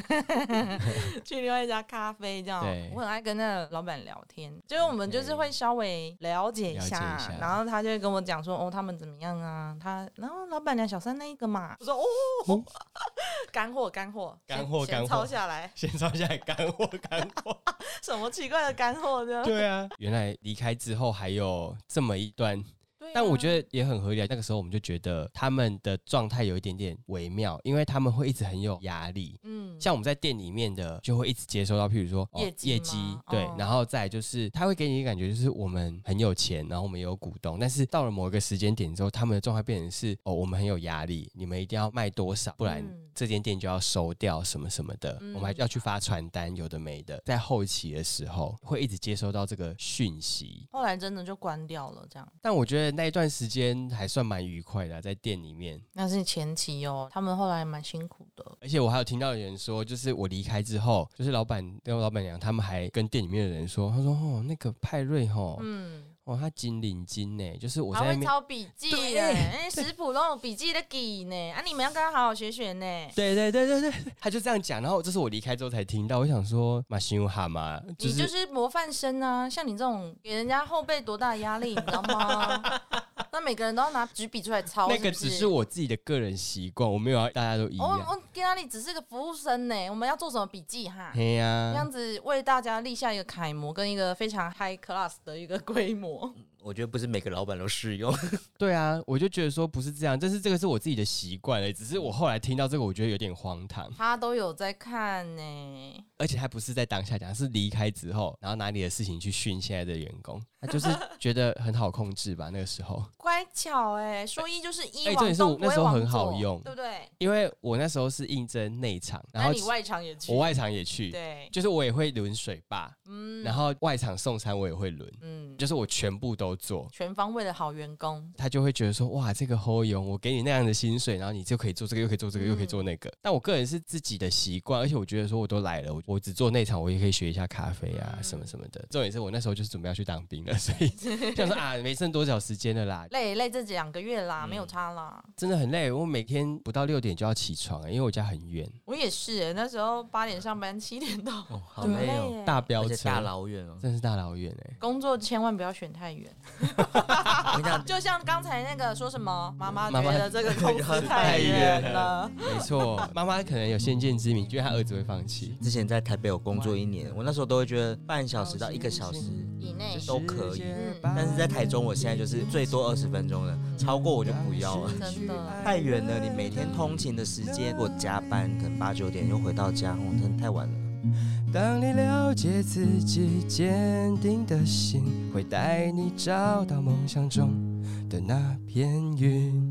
[SPEAKER 2] 去另外一家咖啡这样
[SPEAKER 1] 对。
[SPEAKER 2] 我很爱跟那个老板聊天，就是我们就是会稍微了解一下，
[SPEAKER 1] 了解一下
[SPEAKER 2] 然后他就会跟我讲说，哦，他们怎么样啊？他，然后老板娘小三那一个嘛，我说哦， 干货干货，
[SPEAKER 1] 嗯干
[SPEAKER 2] 先
[SPEAKER 1] 货
[SPEAKER 2] 先
[SPEAKER 1] 干货
[SPEAKER 2] 抄下来，
[SPEAKER 1] 先抄下来干货 干 货。
[SPEAKER 2] 什么奇怪的干货呢？
[SPEAKER 1] 对啊，原来离开之后还有这么一段，
[SPEAKER 2] 对啊
[SPEAKER 1] 但我觉得也很合理啊。那个时候我们就觉得他们的状态有一点点微妙，因为他们会一直很有压力。
[SPEAKER 2] 嗯，
[SPEAKER 1] 像我们在店里面的，就会一直接收到，譬如说、
[SPEAKER 2] 业绩
[SPEAKER 1] 业
[SPEAKER 2] 吗
[SPEAKER 1] 绩
[SPEAKER 2] 哦，
[SPEAKER 1] 对，然后再来就是他会给你一个感觉，就是我们很有钱，然后我们也有股东，但是到了某一个时间点之后，他们的状态变成是哦，我们很有压力，你们一定要卖多少，不然
[SPEAKER 2] 嗯
[SPEAKER 1] 这间店就要收掉什么什么的，
[SPEAKER 2] 嗯
[SPEAKER 1] 我们还要去发传单，有的没的，在后期的时候会一直接收到这个讯息，
[SPEAKER 2] 后来真的就关掉了这样。
[SPEAKER 1] 但我觉得那一段时间还算蛮愉快的啊、在店里面。
[SPEAKER 2] 那是前期哦，他们后来蛮辛苦的。
[SPEAKER 1] 而且我还有听到有人说，就是我离开之后，就是老板跟老板娘他们还跟店里面的人说，他说哦，那个派瑞吼，
[SPEAKER 2] 嗯，
[SPEAKER 1] 哦，他金领金呢，就是我在
[SPEAKER 2] 还
[SPEAKER 1] 那
[SPEAKER 2] 会
[SPEAKER 1] 边。
[SPEAKER 2] 抄笔记
[SPEAKER 1] 对
[SPEAKER 2] 耶，哎，食谱都有笔记的记呢，啊，你们要跟他好好学学呢。
[SPEAKER 1] 对对对对对，他就这样讲，然后这是我离开之后才听到，我想说马修哈嘛，就
[SPEAKER 2] 你就是是模范生啊！像你这种给人家后辈多大的压力，你知道吗？那每个人都要拿纸笔出来抄，
[SPEAKER 1] 那个
[SPEAKER 2] 不哦
[SPEAKER 1] 只是我自己的个人习惯，我没有要大家都一
[SPEAKER 2] 我
[SPEAKER 1] 样。
[SPEAKER 2] 我跟那里只是个服务生呢，我们要做什么笔记哈？
[SPEAKER 1] 嘿啊呀、
[SPEAKER 2] 这样子为大家立下一个楷模，跟一个非常 high class 的一个规模。
[SPEAKER 3] 我觉得不是每个老板都适用。
[SPEAKER 1] 对啊，我就觉得说不是这样，但是这个是我自己的习惯了。只是我后来听到这个，我觉得有点荒唐，
[SPEAKER 2] 他都有在看呢，
[SPEAKER 1] 而且他不是在当下讲，是离开之后，然后拿你的事情去训现在的员 工，他就是觉得很好控制吧。那个时候，
[SPEAKER 2] 乖巧哎，说一就是一，
[SPEAKER 1] 哎重
[SPEAKER 2] 往
[SPEAKER 1] 点是我
[SPEAKER 2] 东不会
[SPEAKER 1] 那时候
[SPEAKER 2] 往
[SPEAKER 1] 很好
[SPEAKER 2] 左
[SPEAKER 1] 用
[SPEAKER 2] 对不对？
[SPEAKER 1] 因为我那时候是应征内场，然
[SPEAKER 2] 那
[SPEAKER 1] 后
[SPEAKER 2] 你外场也去，
[SPEAKER 1] 我外场也去，
[SPEAKER 2] 对，
[SPEAKER 1] 就是我也会轮水坝，
[SPEAKER 2] 嗯
[SPEAKER 1] 然后外场送餐我也会轮，
[SPEAKER 2] 嗯，
[SPEAKER 1] 就是我全部都做。
[SPEAKER 2] 全方位的好员工，
[SPEAKER 1] 他就会觉得说，哇，这个侯勇，我给你那样的薪水，然后你就可以做这个，又可以做这个，
[SPEAKER 2] 嗯
[SPEAKER 1] 又可以做那个。但我个人是自己的习惯，而且我觉得说我都来了，我我只做内场，我也可以学一下咖啡啊，
[SPEAKER 2] 嗯
[SPEAKER 1] 什么什么的。重点是我那时候就是准备要去当兵了，所以 想说啊，没剩多少时间了啦，
[SPEAKER 3] 嗯
[SPEAKER 2] 累累这两个月啦，没有差啦。
[SPEAKER 1] 真的很累。我每天不到六点就要起床、因为我家很远，
[SPEAKER 2] 我也是哎，那时候八点上班，七点到，
[SPEAKER 3] 哦，好
[SPEAKER 2] 很
[SPEAKER 3] 累哦，
[SPEAKER 2] 耶
[SPEAKER 1] 大飙
[SPEAKER 3] 而且
[SPEAKER 1] 车，
[SPEAKER 3] 大老远哦。
[SPEAKER 1] 真的是大老远哎、
[SPEAKER 2] 工作千万不要选太远，啊
[SPEAKER 3] 我跟你讲，
[SPEAKER 2] 就像刚才那个说什么妈妈觉
[SPEAKER 1] 妈妈
[SPEAKER 2] 得这个公司
[SPEAKER 3] 太
[SPEAKER 2] 太
[SPEAKER 3] 远
[SPEAKER 2] 远了，
[SPEAKER 1] 没 错，妈妈可能有先见之明，觉得她儿子会放弃。
[SPEAKER 3] 之前在台北有工作一年，我那时候都会觉得半小时到一个小时，
[SPEAKER 1] 嗯
[SPEAKER 2] 以内
[SPEAKER 3] 都可以
[SPEAKER 2] 嗯
[SPEAKER 3] 但是在台中，我现在就是最多二十分钟了，超过我就不要了。
[SPEAKER 2] 真的
[SPEAKER 3] 太远了，你每天通勤的时间，我加班可能八九点就回到家，我真的太晚了。
[SPEAKER 4] 当你了解自己，坚定的心会带你找到梦想中的那片云。